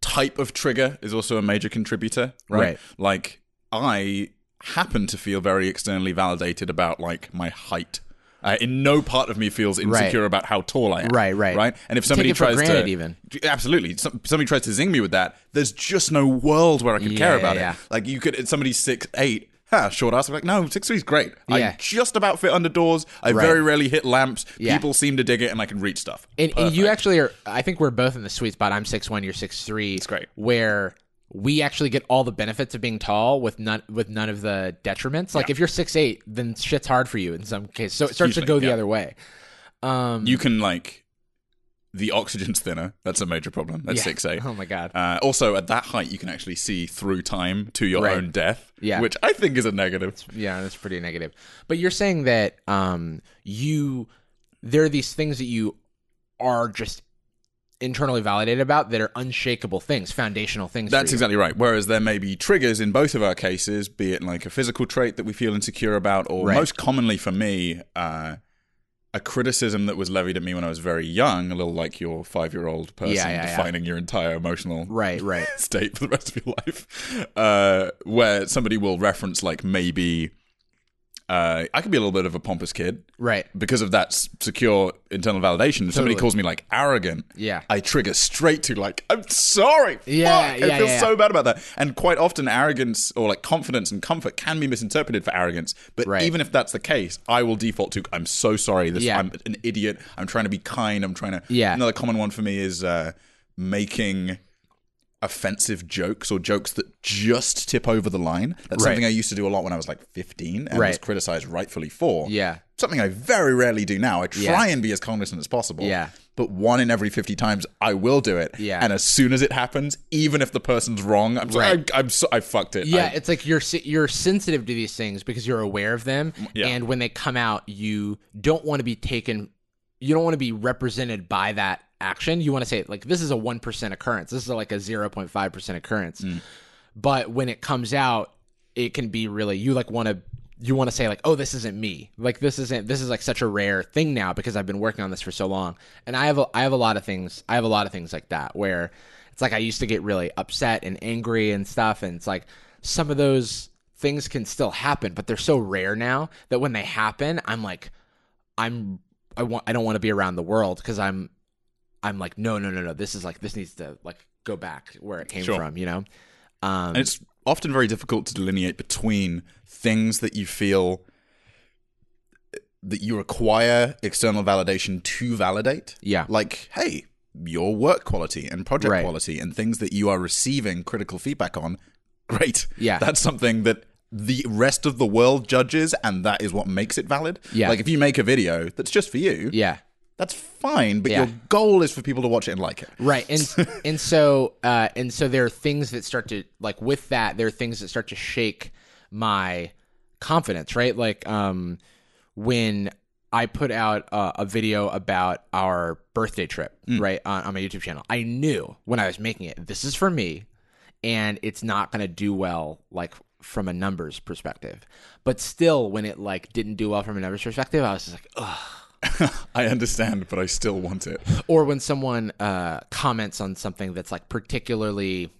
type of trigger is also a major contributor, right? Right. Like I happen to feel very externally validated about like my height. Uh, in no part of me feels insecure about how tall I am. Right, right. right. And if You somebody take it for tries granted to even. absolutely, Some, somebody tries to zing me with that, there's just no world where I could Yeah, care yeah, about yeah. it. Like you could, somebody's six eight, ha, short ass. I'm like, no, six three's great. Yeah. I just about fit under doors. I Right. very rarely hit lamps. Yeah. People seem to dig it, and I can reach stuff. And, and you Perfect. actually are. I think we're both in the sweet spot. I'm six one. You're six three. It's great. Where we actually get all the benefits of being tall with none with none of the detriments. Like if you're six eight, then shit's hard for you in some cases. So it starts Usually, to go the yeah. other way. Um, you can like the oxygen's thinner. That's a major problem. That's yeah. six *laughs* eight. Oh my god. Uh, also, at that height, you can actually see through time to your Right. own death, Yeah. which I think is a negative. yeah, that's pretty negative. But you're saying that um, you there are these things that you are just internally validated about that are unshakable things, foundational things. for That's you. exactly right. Whereas there may be triggers in both of our cases, be it like a physical trait that we feel insecure about, or Right. most commonly for me, uh, a criticism that was levied at me when I was very young, a little like your five year old person Yeah, yeah, yeah. defining your entire emotional right. Right. *laughs* state for the rest of your life, uh, where somebody will reference like maybe. Uh, I could be a little bit of a pompous kid Right. because of that s- secure internal validation. If somebody Totally. calls me like arrogant, Yeah. I trigger straight to like, I'm sorry. Yeah, fuck. yeah, I feel yeah, so bad about that. And quite often, arrogance or like confidence and comfort can be misinterpreted for arrogance. But Right. even if that's the case, I will default to, I'm so sorry. This, Yeah. I'm an idiot. I'm trying to be kind. I'm trying to. Yeah. Another common one for me is uh, making offensive jokes or jokes that just tip over the line. That's Right. something I used to do a lot when I was like 15 and was Right. criticized rightfully for Yeah. something I very rarely do now. I try Yeah. and be as cognizant as possible. Yeah. But one in every 50 times, I will do it. Yeah. And as soon as it happens, even if the person's wrong, I'm sorry, Right. I, I'm so, I fucked it. Yeah, I- it's like you're se- you're sensitive to these things because you're aware of them, Yeah. and when they come out, you don't want to be taken. You don't want to be represented by that action. You want to say like this is a one percent occurrence. This is like a zero point five percent occurrence. Mm. But when it comes out, it can be really you like want to you want to say like oh this isn't me like this isn't this is like such a rare thing now because I've been working on this for so long and I have a, I have a lot of things I have a lot of things like that where it's like I used to get really upset and angry and stuff and it's like some of those things can still happen but they're so rare now that when they happen I'm like I'm I want I don't want to be around the world because I'm I'm like no no no no this is like this needs to like go back where it came Sure. from you know um and it's often very difficult to delineate between things that you feel that you require external validation to validate. Yeah. Like, hey, your work quality and project Right. quality and things that you are receiving critical feedback on, great. Yeah. That's something that the rest of the world judges and that is what makes it valid. Yeah. Like if you make a video that's just for you, Yeah. that's fine, but Yeah. your goal is for people to watch it and like it. Right. And and so uh and so there are things that start to like with that there are things that start to shake my confidence, right? Like um when I put out uh, a video about our birthday trip, right, on, on my YouTube channel. I knew when I was making it, this is for me and it's not going to do well like from a numbers perspective. But still when it like didn't do well from a numbers perspective, I was just like, *laughs* I understand, but I still want it. or when someone uh, comments on something that's like particularly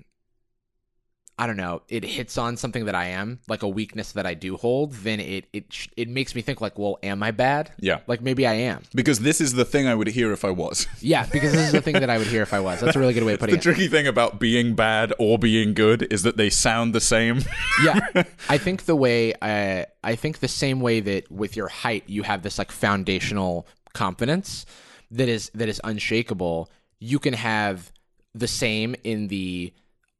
i don't know it hits on something that i am like a weakness that i do hold then it it sh- it makes me think like well am i bad Yeah. like maybe i am Because this is the thing I would hear if I was. *laughs* yeah because this is the thing that i would hear if i was that's a really good way of the putting it tricky thing about being bad or being good is that they sound the same. *laughs* yeah *laughs* i think the way i i think the same way that with your height you have this like foundational confidence that is that is unshakable you can have the same in the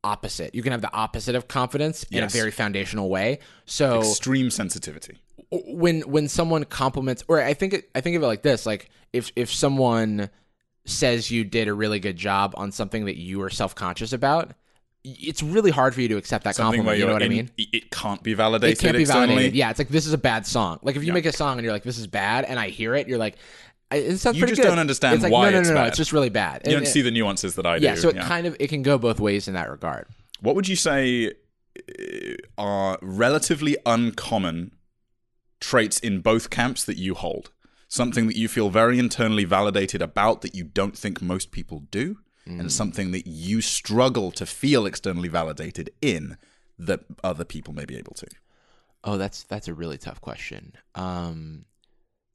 opposite you can have the opposite of confidence in Yes. a very foundational way so Extreme sensitivity. when when someone compliments or i think it, i think of it like this like if if someone says you did a really good job on something that you are self-conscious about y- it's really hard for you to accept that Something where compliment you know you're what i in- mean It can't be validated it can't be externally. validated. Yeah, it's like this is a bad song. Like if you make a song and you're like this is bad, and I hear it, you're like, I- it sounds You pretty just good. don't understand it's like, why no, no, it's no, no, bad. It's just really bad. You And- don't see the nuances that I yeah, do. so it kind of it can go both ways in that regard. what would you say uh, are relatively uncommon traits in both camps that you hold? Something that you feel very internally validated about that you don't think most people do, Mm. and something that you struggle to feel externally validated in that other people may be able to. Oh, that's that's a really tough question. Um,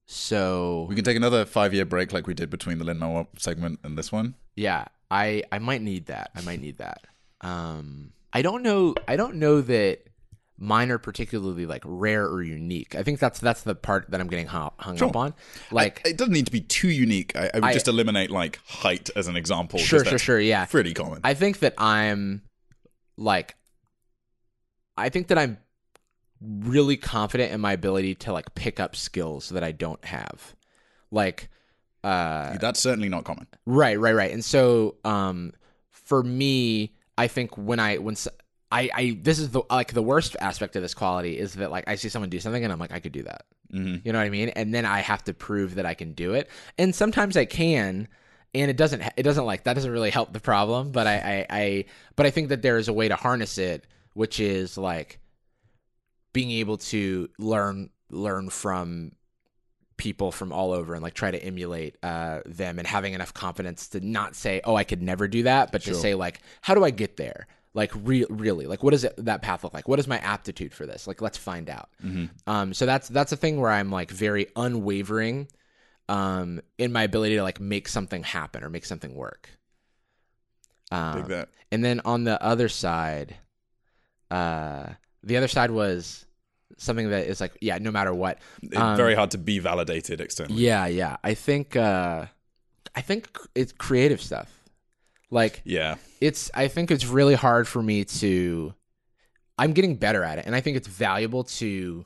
so We can take another five year break like we did between the Lin Manuel segment and this one. yeah, I I might need that. I might need that. Um, I don't know. I don't know that mine are particularly like rare or unique. I think that's that's the part that I'm getting hung, hung up on. Like It doesn't need to be too unique. I, I would just eliminate like height as an example. 'cause Sure, sure, that's sure, yeah. Pretty common. I think that I'm like I think that I'm really confident in my ability to like pick up skills that I don't have. Like uh that's certainly not common. right, right, right. And so um for me, I think when I when s- I I this is the like the worst aspect of this quality is that like I see someone do something and I'm like I could do that. Mm-hmm. You know what I mean? And then I have to prove that I can do it. And sometimes I can, and it doesn't. It doesn't like that doesn't really help the problem. But I, I, I but I think that there is a way to harness it, which is like being able to learn learn from people from all over and like try to emulate uh, them and having enough confidence to not say oh i could never do that but to say like how do i get there like re- really like what does it, that path look like what is my aptitude for this like let's find out um, so that's that's a thing where i'm like very unwavering um, in my ability to like make something happen or make something work um, Dig that. and then on the other side, uh, the other side was something that is like, yeah, no matter what. It's Um, very hard to be validated externally. yeah, yeah. I think, uh, I think cr- it's creative stuff. Like Yeah. it's, I think it's really hard for me to. I'm getting better at it, and I think it's valuable to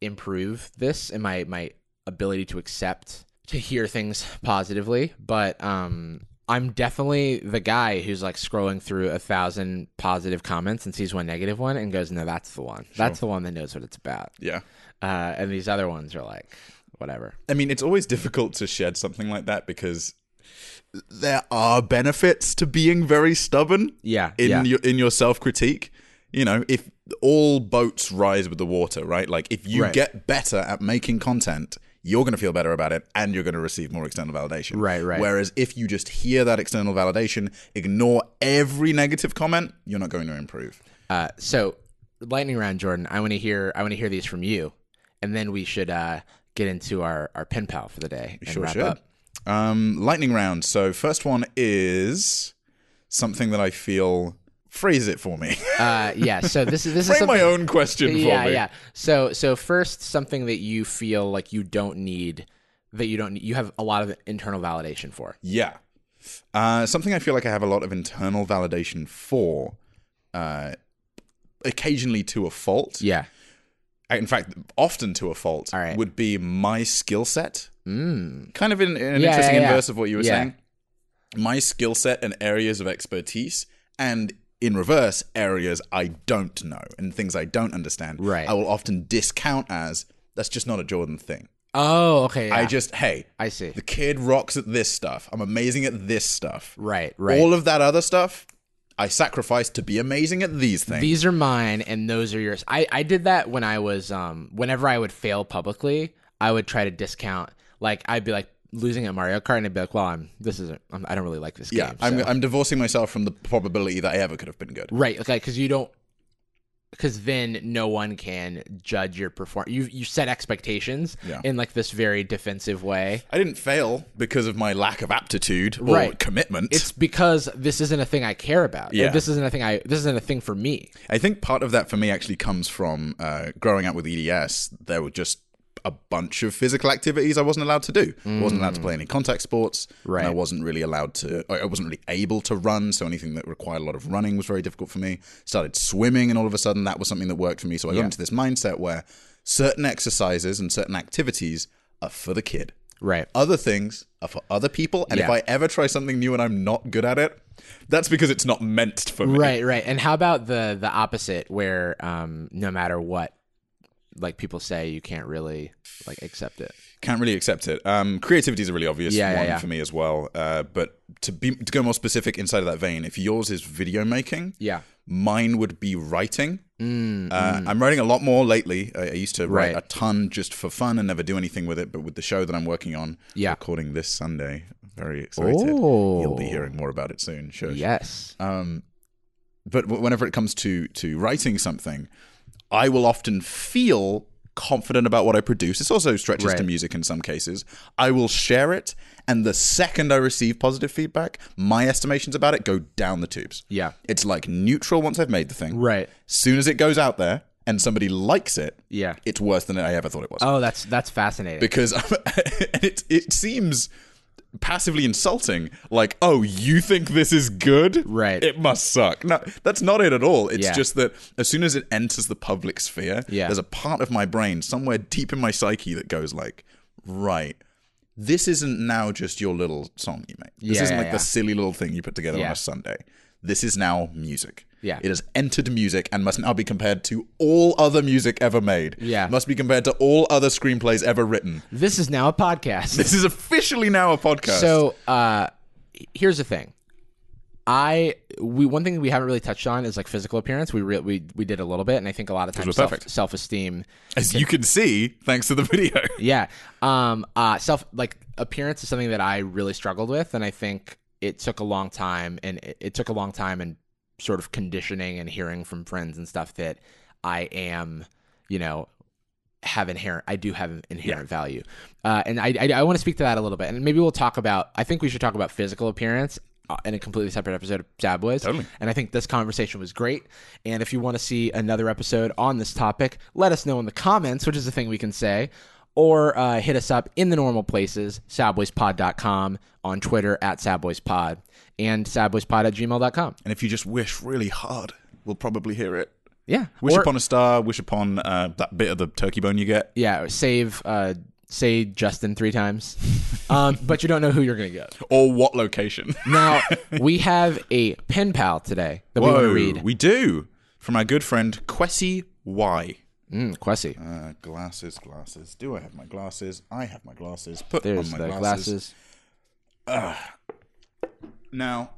improve this and my my ability to accept to hear things positively but um i'm definitely the guy who's like scrolling through a thousand positive comments and sees one negative one and goes no that's the one that's the one that knows what it's about Yeah. uh and these other ones are like whatever I mean, it's always difficult to shed something like that because there are benefits to being very stubborn. Yeah, In yeah. your in your self critique, you know, if all boats rise with the water, right? Like if you Right. get better at making content, you're going to feel better about it, and you're going to receive more external validation. Right, right. Whereas if you just hear that external validation, ignore every negative comment, you're not going to improve. uh so lightning round jordan i want to hear i want to hear these from you and then we should uh get into our our pen pal for the day and wrap should. up Um, lightning round. So first one is something that I feel Phrase it for me. *laughs* Uh, yeah. So this is this is Frame something, my own question yeah, for me. yeah. So so first, something that you feel like you don't need, that you don't need, you have a lot of internal validation for. Yeah. Uh, something I feel like I have a lot of internal validation for, uh, occasionally to a fault. Yeah. In fact, often to a fault All right. would be my skill set. Mm. Kind of in, in an Yeah, interesting yeah, yeah. inverse of what you were Yeah. saying. My skill set and areas of expertise, and in reverse, areas I don't know and things I don't understand. Right. I will often discount as that's just not a Jordan thing. Oh, okay. Yeah. I just, hey, I see. the kid rocks at this stuff. I'm amazing at this stuff. Right. Right. All of that other stuff, I sacrificed to be amazing at these things. these are mine and those are yours. I, I did that when I was um whenever I would fail publicly, I would try to discount like I'd be like losing at Mario Kart and I'd be like, well, I'm this isn't I'm, I don't really like this yeah, game. I'm, so- I'm divorcing myself from the probability that I ever could have been good. right, like because you don't because then no one can judge your perform. You you set expectations Yeah. in like this very defensive way. I didn't fail because of my lack of aptitude or Right. commitment. It's because this isn't a thing I care about. or Yeah. this isn't a thing I. This isn't a thing for me. I think part of that for me actually comes from uh, growing up with EDS. There were just a bunch of physical activities I wasn't allowed to do. I wasn't allowed to play any contact sports. Mm. Right. And I wasn't really allowed to, I I wasn't really able to run. So anything that required a lot of running was very difficult for me. Started swimming, and all of a sudden that was something that worked for me. So I got into this mindset where certain exercises and certain activities are for the kid. Right. Other things are for other people. And if Yeah. I ever try something new and I'm not good at it, that's because it's not meant for me. Right, right. And how about the the opposite where um no matter what like people say you can't really like accept it. can't really accept it. Um, creativity is a really obvious Yeah, yeah, one yeah. for me as well. Uh, but to be to go more specific inside of that vein, if yours is video making, Yeah. Mm, mine would be writing. uh, I'm writing a lot more lately. I, I used to write Right. a ton just for fun and never do anything with it. But with the show that I'm working on, Yeah. recording this Sunday, very excited. You'll be Oh. hearing more about it soon. Sure. sure Yes. but w- whenever it comes to to writing something, I will often feel confident about what I produce. This also stretches to Right. music in some cases. I will share it, and the second I receive positive feedback, my estimations about it go down the tubes. Yeah. it's like neutral once I've made the thing. Right. soon as it goes out there and somebody likes it, Yeah. it's worse than I ever thought it was Oh, that's that's fascinating. *laughs* because and it it seems passively insulting like oh you think this is good Right. it must suck no that's not it at all it's Yeah. just that as soon as it enters the public sphere Yeah. there's a part of my brain somewhere deep in my psyche that goes like right this isn't now just your little song you make this Yeah, isn't yeah, like yeah. the silly little thing you put together on Yeah. a sunday this is now music Yeah. it has entered music and must now be compared to all other music ever made Yeah. must be compared to all other screenplays ever written this is now a podcast. this is officially now a podcast. so, uh here's the thing. I we one thing we haven't really touched on is like physical appearance. We re- we we did a little bit and I think a lot of times was self, perfect. self-esteem as you can see, thanks to the video, *laughs* Yeah. Um uh self like appearance is something that I really struggled with and I think it took a long time and it, it took a long time and sort of conditioning and hearing from friends and stuff that I am, you know, have inherent I do have inherent value. Uh and I I, I want to speak to that a little bit and maybe we'll talk about I think we should talk about physical appearance uh, in a completely separate episode of Sad Boys. Totally. And I think this conversation was great. And if you want to see another episode on this topic, let us know in the comments, which is the thing we can say, or uh, hit us up in the normal places, sadboyspod.com, on Twitter at sadboyspod, and sadboyspod at gmail.com. and if you just wish really hard, we'll probably hear it. Yeah. Wish Or- upon a star. Wish upon uh, that bit of the turkey bone you get. Yeah, or save, uh, say Justin three times, *laughs* um, but you don't know who you're going to get. Or what location? *laughs* Now, we have a pen pal today that we want to read. we do from our good friend Quessy Y. Mm, Quessy. Uh, glasses, glasses. Do I have my glasses? I have my glasses. Put There's on the my glasses. glasses. Ah. Now,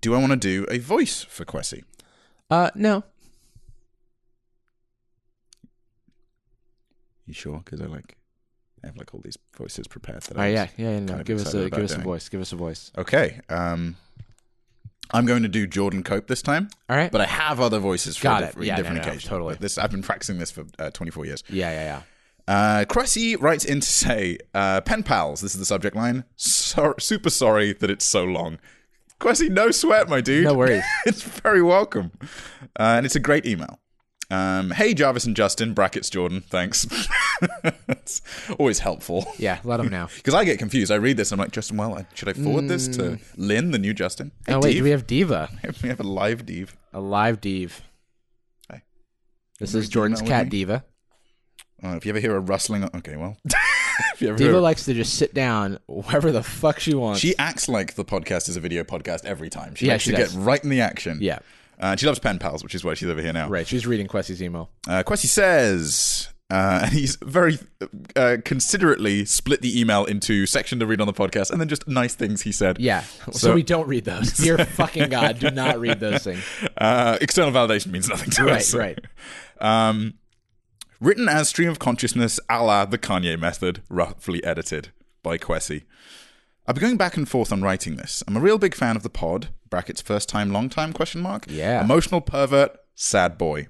do I want to do a voice for Quessy? Uh, no. You sure? Because I like, I have like all these voices prepared. That Oh I was yeah, yeah, yeah, kind no. of Give us excited a about eh? give us a doing. voice. Give us a voice. Okay. Um, I'm going to do Jordan Cope this time, All right. but I have other voices for Got a it. different, Yeah, no, different no, no, occasions. totally. But This I've been practicing this for uh, 24 years. yeah, yeah, yeah. Uh, Cressy writes in to say, uh, "Pen pals." This is the subject line. So- super sorry that it's so long. Quessy, no sweat, my dude. No worries. *laughs* it's very welcome. Uh, and it's a great email. Um, hey, Jarvis and Justin, brackets Jordan, thanks. *laughs* it's always helpful. Yeah, let them know. Because I get confused. I read this and I'm like, Justin, well, I- should I forward this to Lynn, the new Justin? *laughs* Hmm. Hey, Oh wait, do Dave. we have Diva? *laughs* we have a live Deve. A live Div. Hi. This Wanna is read eh? the Jordan's email with cat me? Diva. Uh, if you ever hear a rustling, okay, well. *laughs* if you ever Diva hear- likes to just sit down wherever the fuck she wants. she acts like the podcast is a video podcast every time. She Yeah, likes she to does. get right in the action. yeah, Uh, she loves pen pals, which is why she's over here now. right. She's reading Questy's email. Uh, Quessy says, uh, *laughs* and he's very uh, considerately split the email into section to read on the podcast and then just nice things he said. Yeah, so, So- we don't read *laughs* those. Dear fucking god, do not read those things. Uh, external validation means nothing to Right, us. right. Um, written as stream of consciousness a la the Kanye method, roughly edited by Quessy. I've been going back and forth on writing this. I'm a real big fan of the pod. Brackets first time, long time question mark. Yeah. Emotional pervert, sad boy.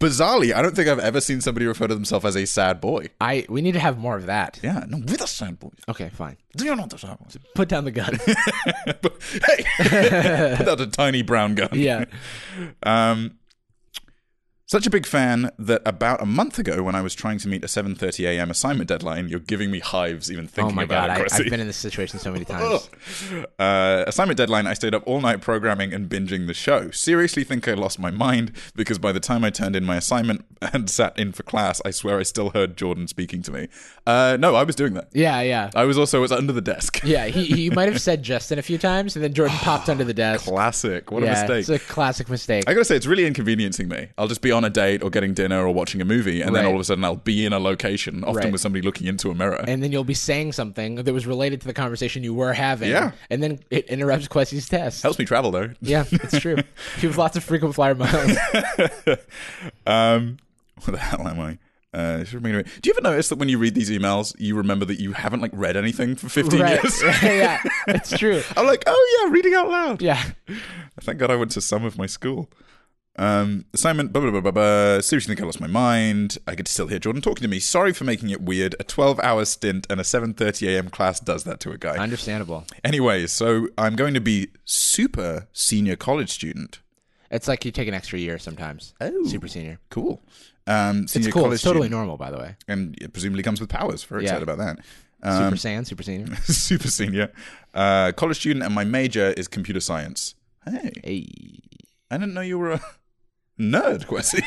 Bizarrely, I don't think I've ever seen somebody refer to themselves as a sad boy. I we need to have more of that. Yeah, no, with a sad boy. Okay, fine. Do you not the sad boys? Put down the *laughs* gun. Hey, *laughs* put out a tiny brown gun. yeah. Such a big fan that about a month ago, when I was trying to meet a 7:30 a.m. assignment deadline, you're giving me hives even Oh thinking my about god, I, it. Chrissy. I've been in this situation *laughs* so many times. uh, assignment deadline, I stayed up all night programming and binging the show. Seriously, think I lost my mind because by the time I turned in my assignment *laughs* and sat in for class, I swear I still heard Jordan speaking to me. Uh, no, I was doing that. Yeah, yeah. I was also I was under the desk. *laughs* Yeah, he, he might have said Justin a few times, and then *gasps* Jordan popped under the desk. Classic. What yeah, a mistake. It's a classic mistake. I gotta say, it's really inconveniencing me. I'll just be on a date or getting dinner or watching a movie, and then Right. all of a sudden I'll be in a location, often Right. with somebody looking into a mirror. and then you'll be saying something that was related to the conversation you were having. Yeah. And then it interrupts Questy's test. Helps me travel though. *laughs* *laughs* Yeah, it's *laughs* true. you have lots of frequent flyer miles. *laughs* Um, *laughs* what the hell am I? Uh, this reminded me- Do you ever notice that when you read these emails, you remember that you haven't like read anything for 15 right. years? *laughs* yeah, it's true. *laughs* I'm like, oh yeah, reading out loud. Yeah. Thank God I went to some of my school. Um, assignment, blah, blah, blah, blah, blah. Seriously think I lost my mind. I could still hear Jordan talking to me. Sorry for making it weird. A 12-hour stint and a 7.30 a.m. class does that to a guy. Understandable. Anyway, so I'm going to be super senior college student. It's like you take an extra year sometimes. Oh. Super senior. Cool. Um, It's senior cool. college It's totally student, normal, by the way. and it presumably comes with powers. Very Yeah. excited about that. Super Um, Saiyan, Super Senior. *laughs* *laughs* super senior, uh, college student, and my major is computer science. Hey, Hey. I didn't know you were a *laughs* *laughs* nerd, Quessy.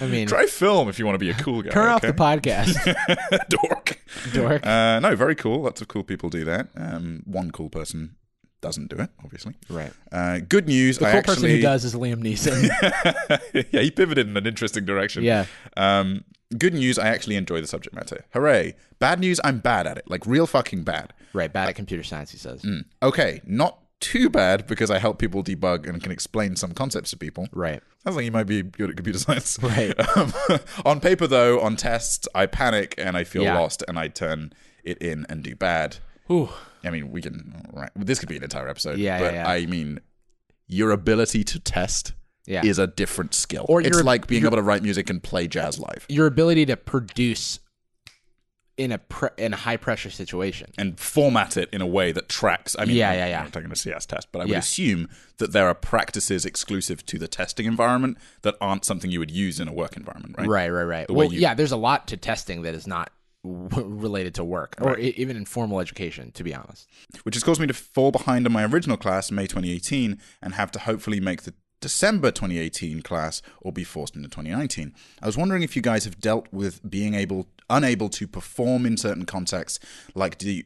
I mean, Try film if you want to be a cool guy. turn off okay? the *laughs* podcast, dork. dork. Uh, no, very cool. Lots of cool people do that. Um, one cool person doesn't do it, obviously. right. Uh, good news. The I cool actually person who does is Liam *laughs* Neeson. yeah, he pivoted in an interesting direction. Yeah. Um, good news, I actually enjoy the subject matter. Hooray. Bad news, I'm bad at it. Like, real fucking bad. right. Bad at computer science, he says. Mm. Okay, not too bad because I help people debug and can explain some concepts to people. Right. Sounds like you might be good at computer *laughs* science. Right. Um, on paper, though, on tests, I panic and I feel Yeah. lost and I turn it in and do bad. Whew. I mean, we can. Right, this could be an entire episode. Yeah, but yeah, yeah. I mean, your ability to test Yeah. is a different skill. Or it's your- like being able to write music and play jazz live Your ability to produce in a pre- in a high pressure situation. and format it in a way that tracks. I mean, Yeah, I'm- yeah, yeah. I'm not taking a CS test, but I would Yeah. assume that there are practices exclusive to the testing environment that aren't something you would use in a work environment, right? Right, right, right. way Well, you- yeah, there's a lot to testing that is not w- related to work or e even in formal education, to be honest. which has caused me to fall behind on my original class May 2018 and have to hopefully make the December 2018 class or be forced into 2019. I was wondering if you guys have dealt with being able unable to perform in certain contexts like do you,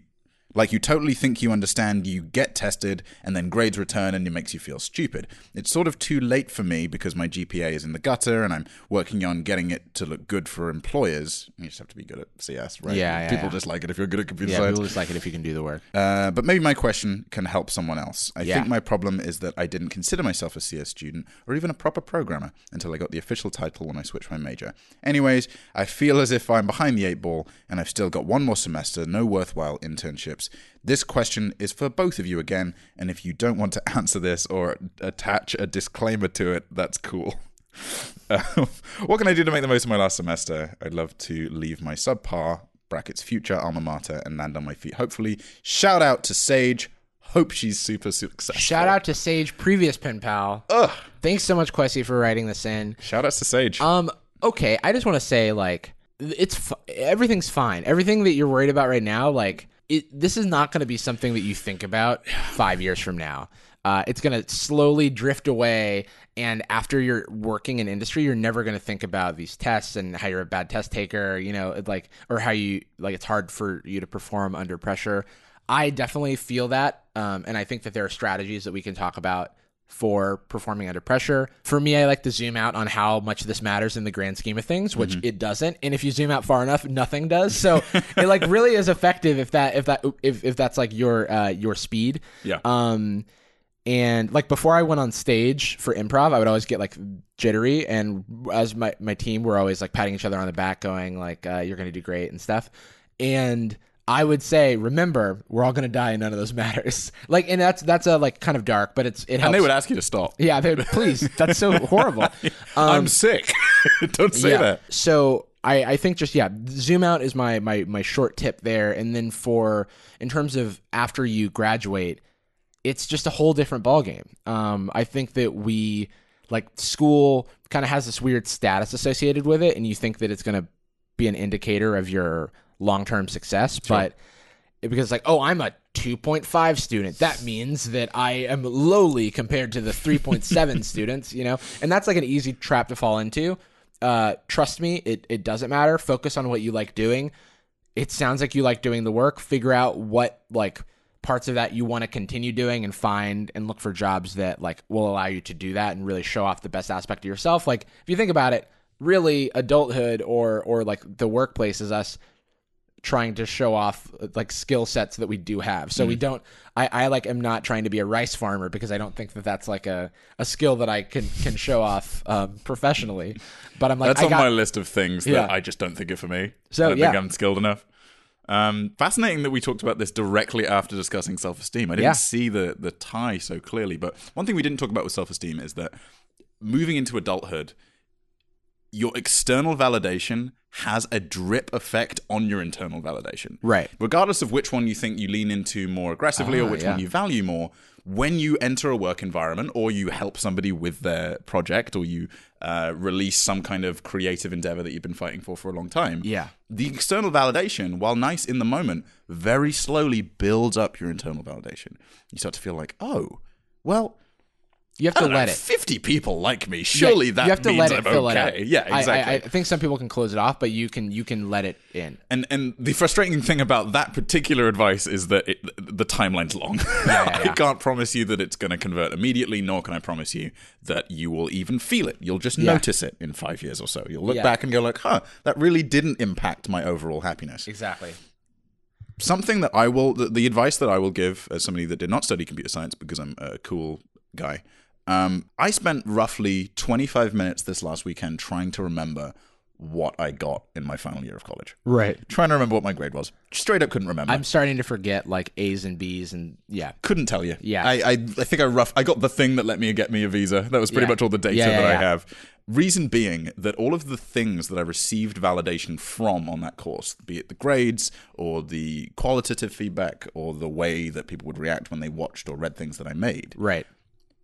like you totally think you understand you get tested and then grades return and it makes you feel stupid. It's sort of too late for me because my GPA is in the gutter and I'm working on getting it to look good for employers. You just have to be good at CS, right? Yeah, yeah, people yeah. just like it if you're good at computer Yeah, science. people just like it if you can do the work. Uh, but maybe my question can help someone else. I Yeah. think my problem is that I didn't consider myself a CS student or even a proper programmer until I got the official title when I switched my major. Anyways, I feel as if I'm behind the eight ball and I've still got one more semester, no worthwhile internships. This question is for both of you again, and if you don't want to *laughs* answer this or attach a disclaimer to it, that's cool. *laughs* Um, what can I do to make the most of my last semester? I'd love to leave my subpar brackets future alma mater and land on my feet. Hopefully, shout out to Sage. Hope she's super successful. Shout out to Sage, previous pen pal. Ugh. Thanks so much, Questy, for writing this in. Shout outs to Sage. Um, okay, I just want to say like it's f- everything's fine. Everything that you're worried about right now, like it, this is not going to be something that you think about five years from now. Uh, it's going to slowly drift away, and after you're working in industry, you're never going to think about these tests and how you're a bad test taker, you know, it, like or how you like it's hard for you to perform under pressure. I definitely feel that, um, and I think that there are strategies that we can talk about for performing under pressure. For me, I like to zoom out on how much this matters in the grand scheme of things, which it doesn't. And if you zoom out far enough, nothing does. So it like really is effective if that if that if, if that's like your uh your speed. Yeah. Um and like before I went on stage for improv, I would always get like jittery, and as my my team were always like patting each other on the back, going like, uh, "You're gonna do great" and stuff. And I would say, remember, we're all gonna die, and none of those *laughs* matters. Like, and that's that's a like kind of dark, but it's it helps. and they would ask you to stop. yeah, they would, please. That's *laughs* so horrible. Um, I'm sick. *laughs* Don't say yeah. that. So I, I think just yeah, zoom out is my my my short tip there, and then for in terms of after you graduate, it's just a whole different ballgame. Um, I think that we like school kind of has this weird status associated with it, and you think that it's going to be an indicator of your long term success, but it- because like oh i'm a 2.5 student that means that i am lowly compared to the 3.7 *laughs* students you know and that's like an easy trap to fall into uh, trust me it, it doesn't matter focus on what you like doing it sounds like you like doing the work figure out what like parts of that you want to continue doing and find and look for jobs that like will allow you to do that and really show off the best aspect of yourself like if you think about it really adulthood or or like the workplace is us trying to show off uh, like skill sets that we do have. So we Mm. don't. I, I like am not trying to be a rice farmer because I don't think that that's like a, a skill that I can can show off um, professionally. But I'm like That's I on got- my list of things that Yeah. I just don't think are for me. So, I don't think yeah. I'm skilled enough. Um, fascinating that we talked about this directly after discussing self esteem. I didn't Yeah. see the the tie so clearly, but one thing we didn't talk about with self esteem is that moving into adulthood, your external validation has a drip effect on your internal validation. Right. Regardless of which one you think you lean into more aggressively or Ah, which yeah. one you value more, when you enter a work environment or you help somebody with their project or you uh, release some kind of creative endeavor that you've been fighting for for a long time, Yeah. the external validation, while nice in the moment, very slowly builds up your internal validation. You start to feel like, oh, well, you have I to don't know, let it. 50 people like me. Surely Yeah, that you have to means let it I'm fill okay. it out. Yeah, I- I- exactly. I, think some people can close it off, but you can you can let it in. and and the frustrating thing about that particular advice is that it, the timeline's long. *laughs* I can't promise you that it's going to convert immediately, nor can I promise you that you will even feel it. You'll just notice it in five years or so. You'll look Yeah. back and go like, "Huh, that really didn't impact my overall happiness." Exactly. something that I will the, the advice that I will give as somebody that did not study computer science because I'm a cool guy. Um, I spent roughly 25 minutes this last weekend trying to remember what I got in my final year of college. Right. Trying to remember what my grade was. Straight up couldn't remember. I'm starting to forget like A's and B's and yeah. couldn't tell you. Yeah. I, I I think I rough I got the thing that let me get me a visa. That was pretty Yeah. much all the data Yeah, yeah, that I yeah. have. Reason being that all of the things that I received validation from on that course, be it the grades or the qualitative feedback or the way that people would react when they watched or read things that I made, Right.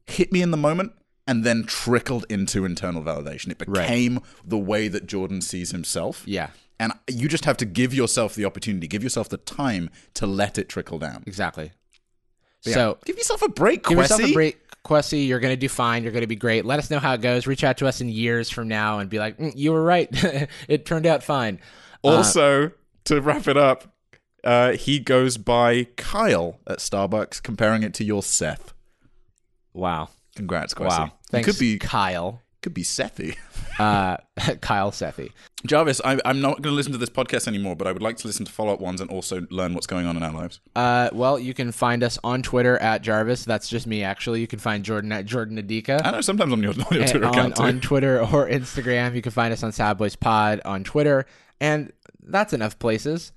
hit me in the moment and then trickled into internal validation. It became the way that Jordan sees himself. Yeah. And you just have to give yourself the opportunity, give yourself the time to let it trickle down. Exactly. Yeah. So give yourself a break, Give Quessy. yourself a break, Quessy. You're going to do fine. You're going to be great. Let us know how it goes. Reach out to us in years from now and be like, "Mm, you were right. *laughs* it turned out fine. Uh, Also, to wrap it up, uh, he goes by Kyle at Starbucks, comparing it to your Seth. Wow. Congrats, Quessy. Wow. You Thanks, could be Kyle. could be Sethy. *laughs* Uh, *laughs* Kyle Sethi. Jarvis, I, I'm not going to listen to this podcast anymore, but I would like to listen to follow up ones and also learn what's going on in our lives. Uh, well, you can find us on Twitter at Jarvis. That's just me, actually. You can find Jordan at Jordan Adika. I know sometimes on your, on your Twitter Eh, on, account too. on Twitter or Instagram. You can find us on Sad Boys Pod on Twitter. And that's enough places.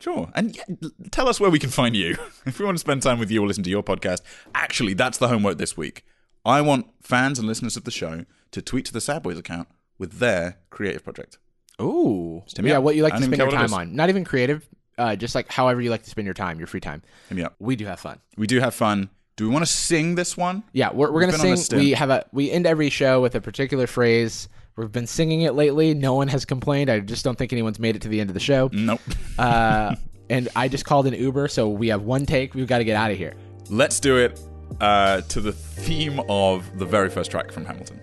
Sure. And yeah, l- tell us where we can find you. *laughs* If we want to spend time with you or listen to your podcast, actually, that's the homework this week. I want fans and listeners of the show to tweet to the Sad Boys account with their creative project. Ooh. me yeah, up. what you like I to don't even spend your care what it time is. on. Not even creative. uh, just like however you like to spend your time, your free time. Hit me up. We do have fun. We do have fun. Do we want to sing this one? Yeah, we're, we're been on a gonna sing. stint. We have a we end every show with a particular phrase. We've been singing it lately. No one has complained. I just don't think anyone's made it to the end of the show. Nope. *laughs* Uh, and I just called an Uber, so we have one take. We've got to get out of here. Let's do it uh, to the theme of the very first track from Hamilton.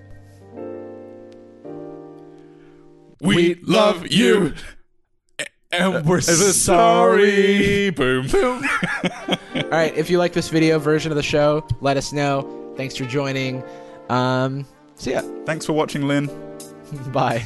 We love you, and we're sorry. Boom, boom. All right, if you like this video version of the show, let us know. Thanks for joining. Um, see ya. *laughs* Thanks for watching, Lynn. Bye.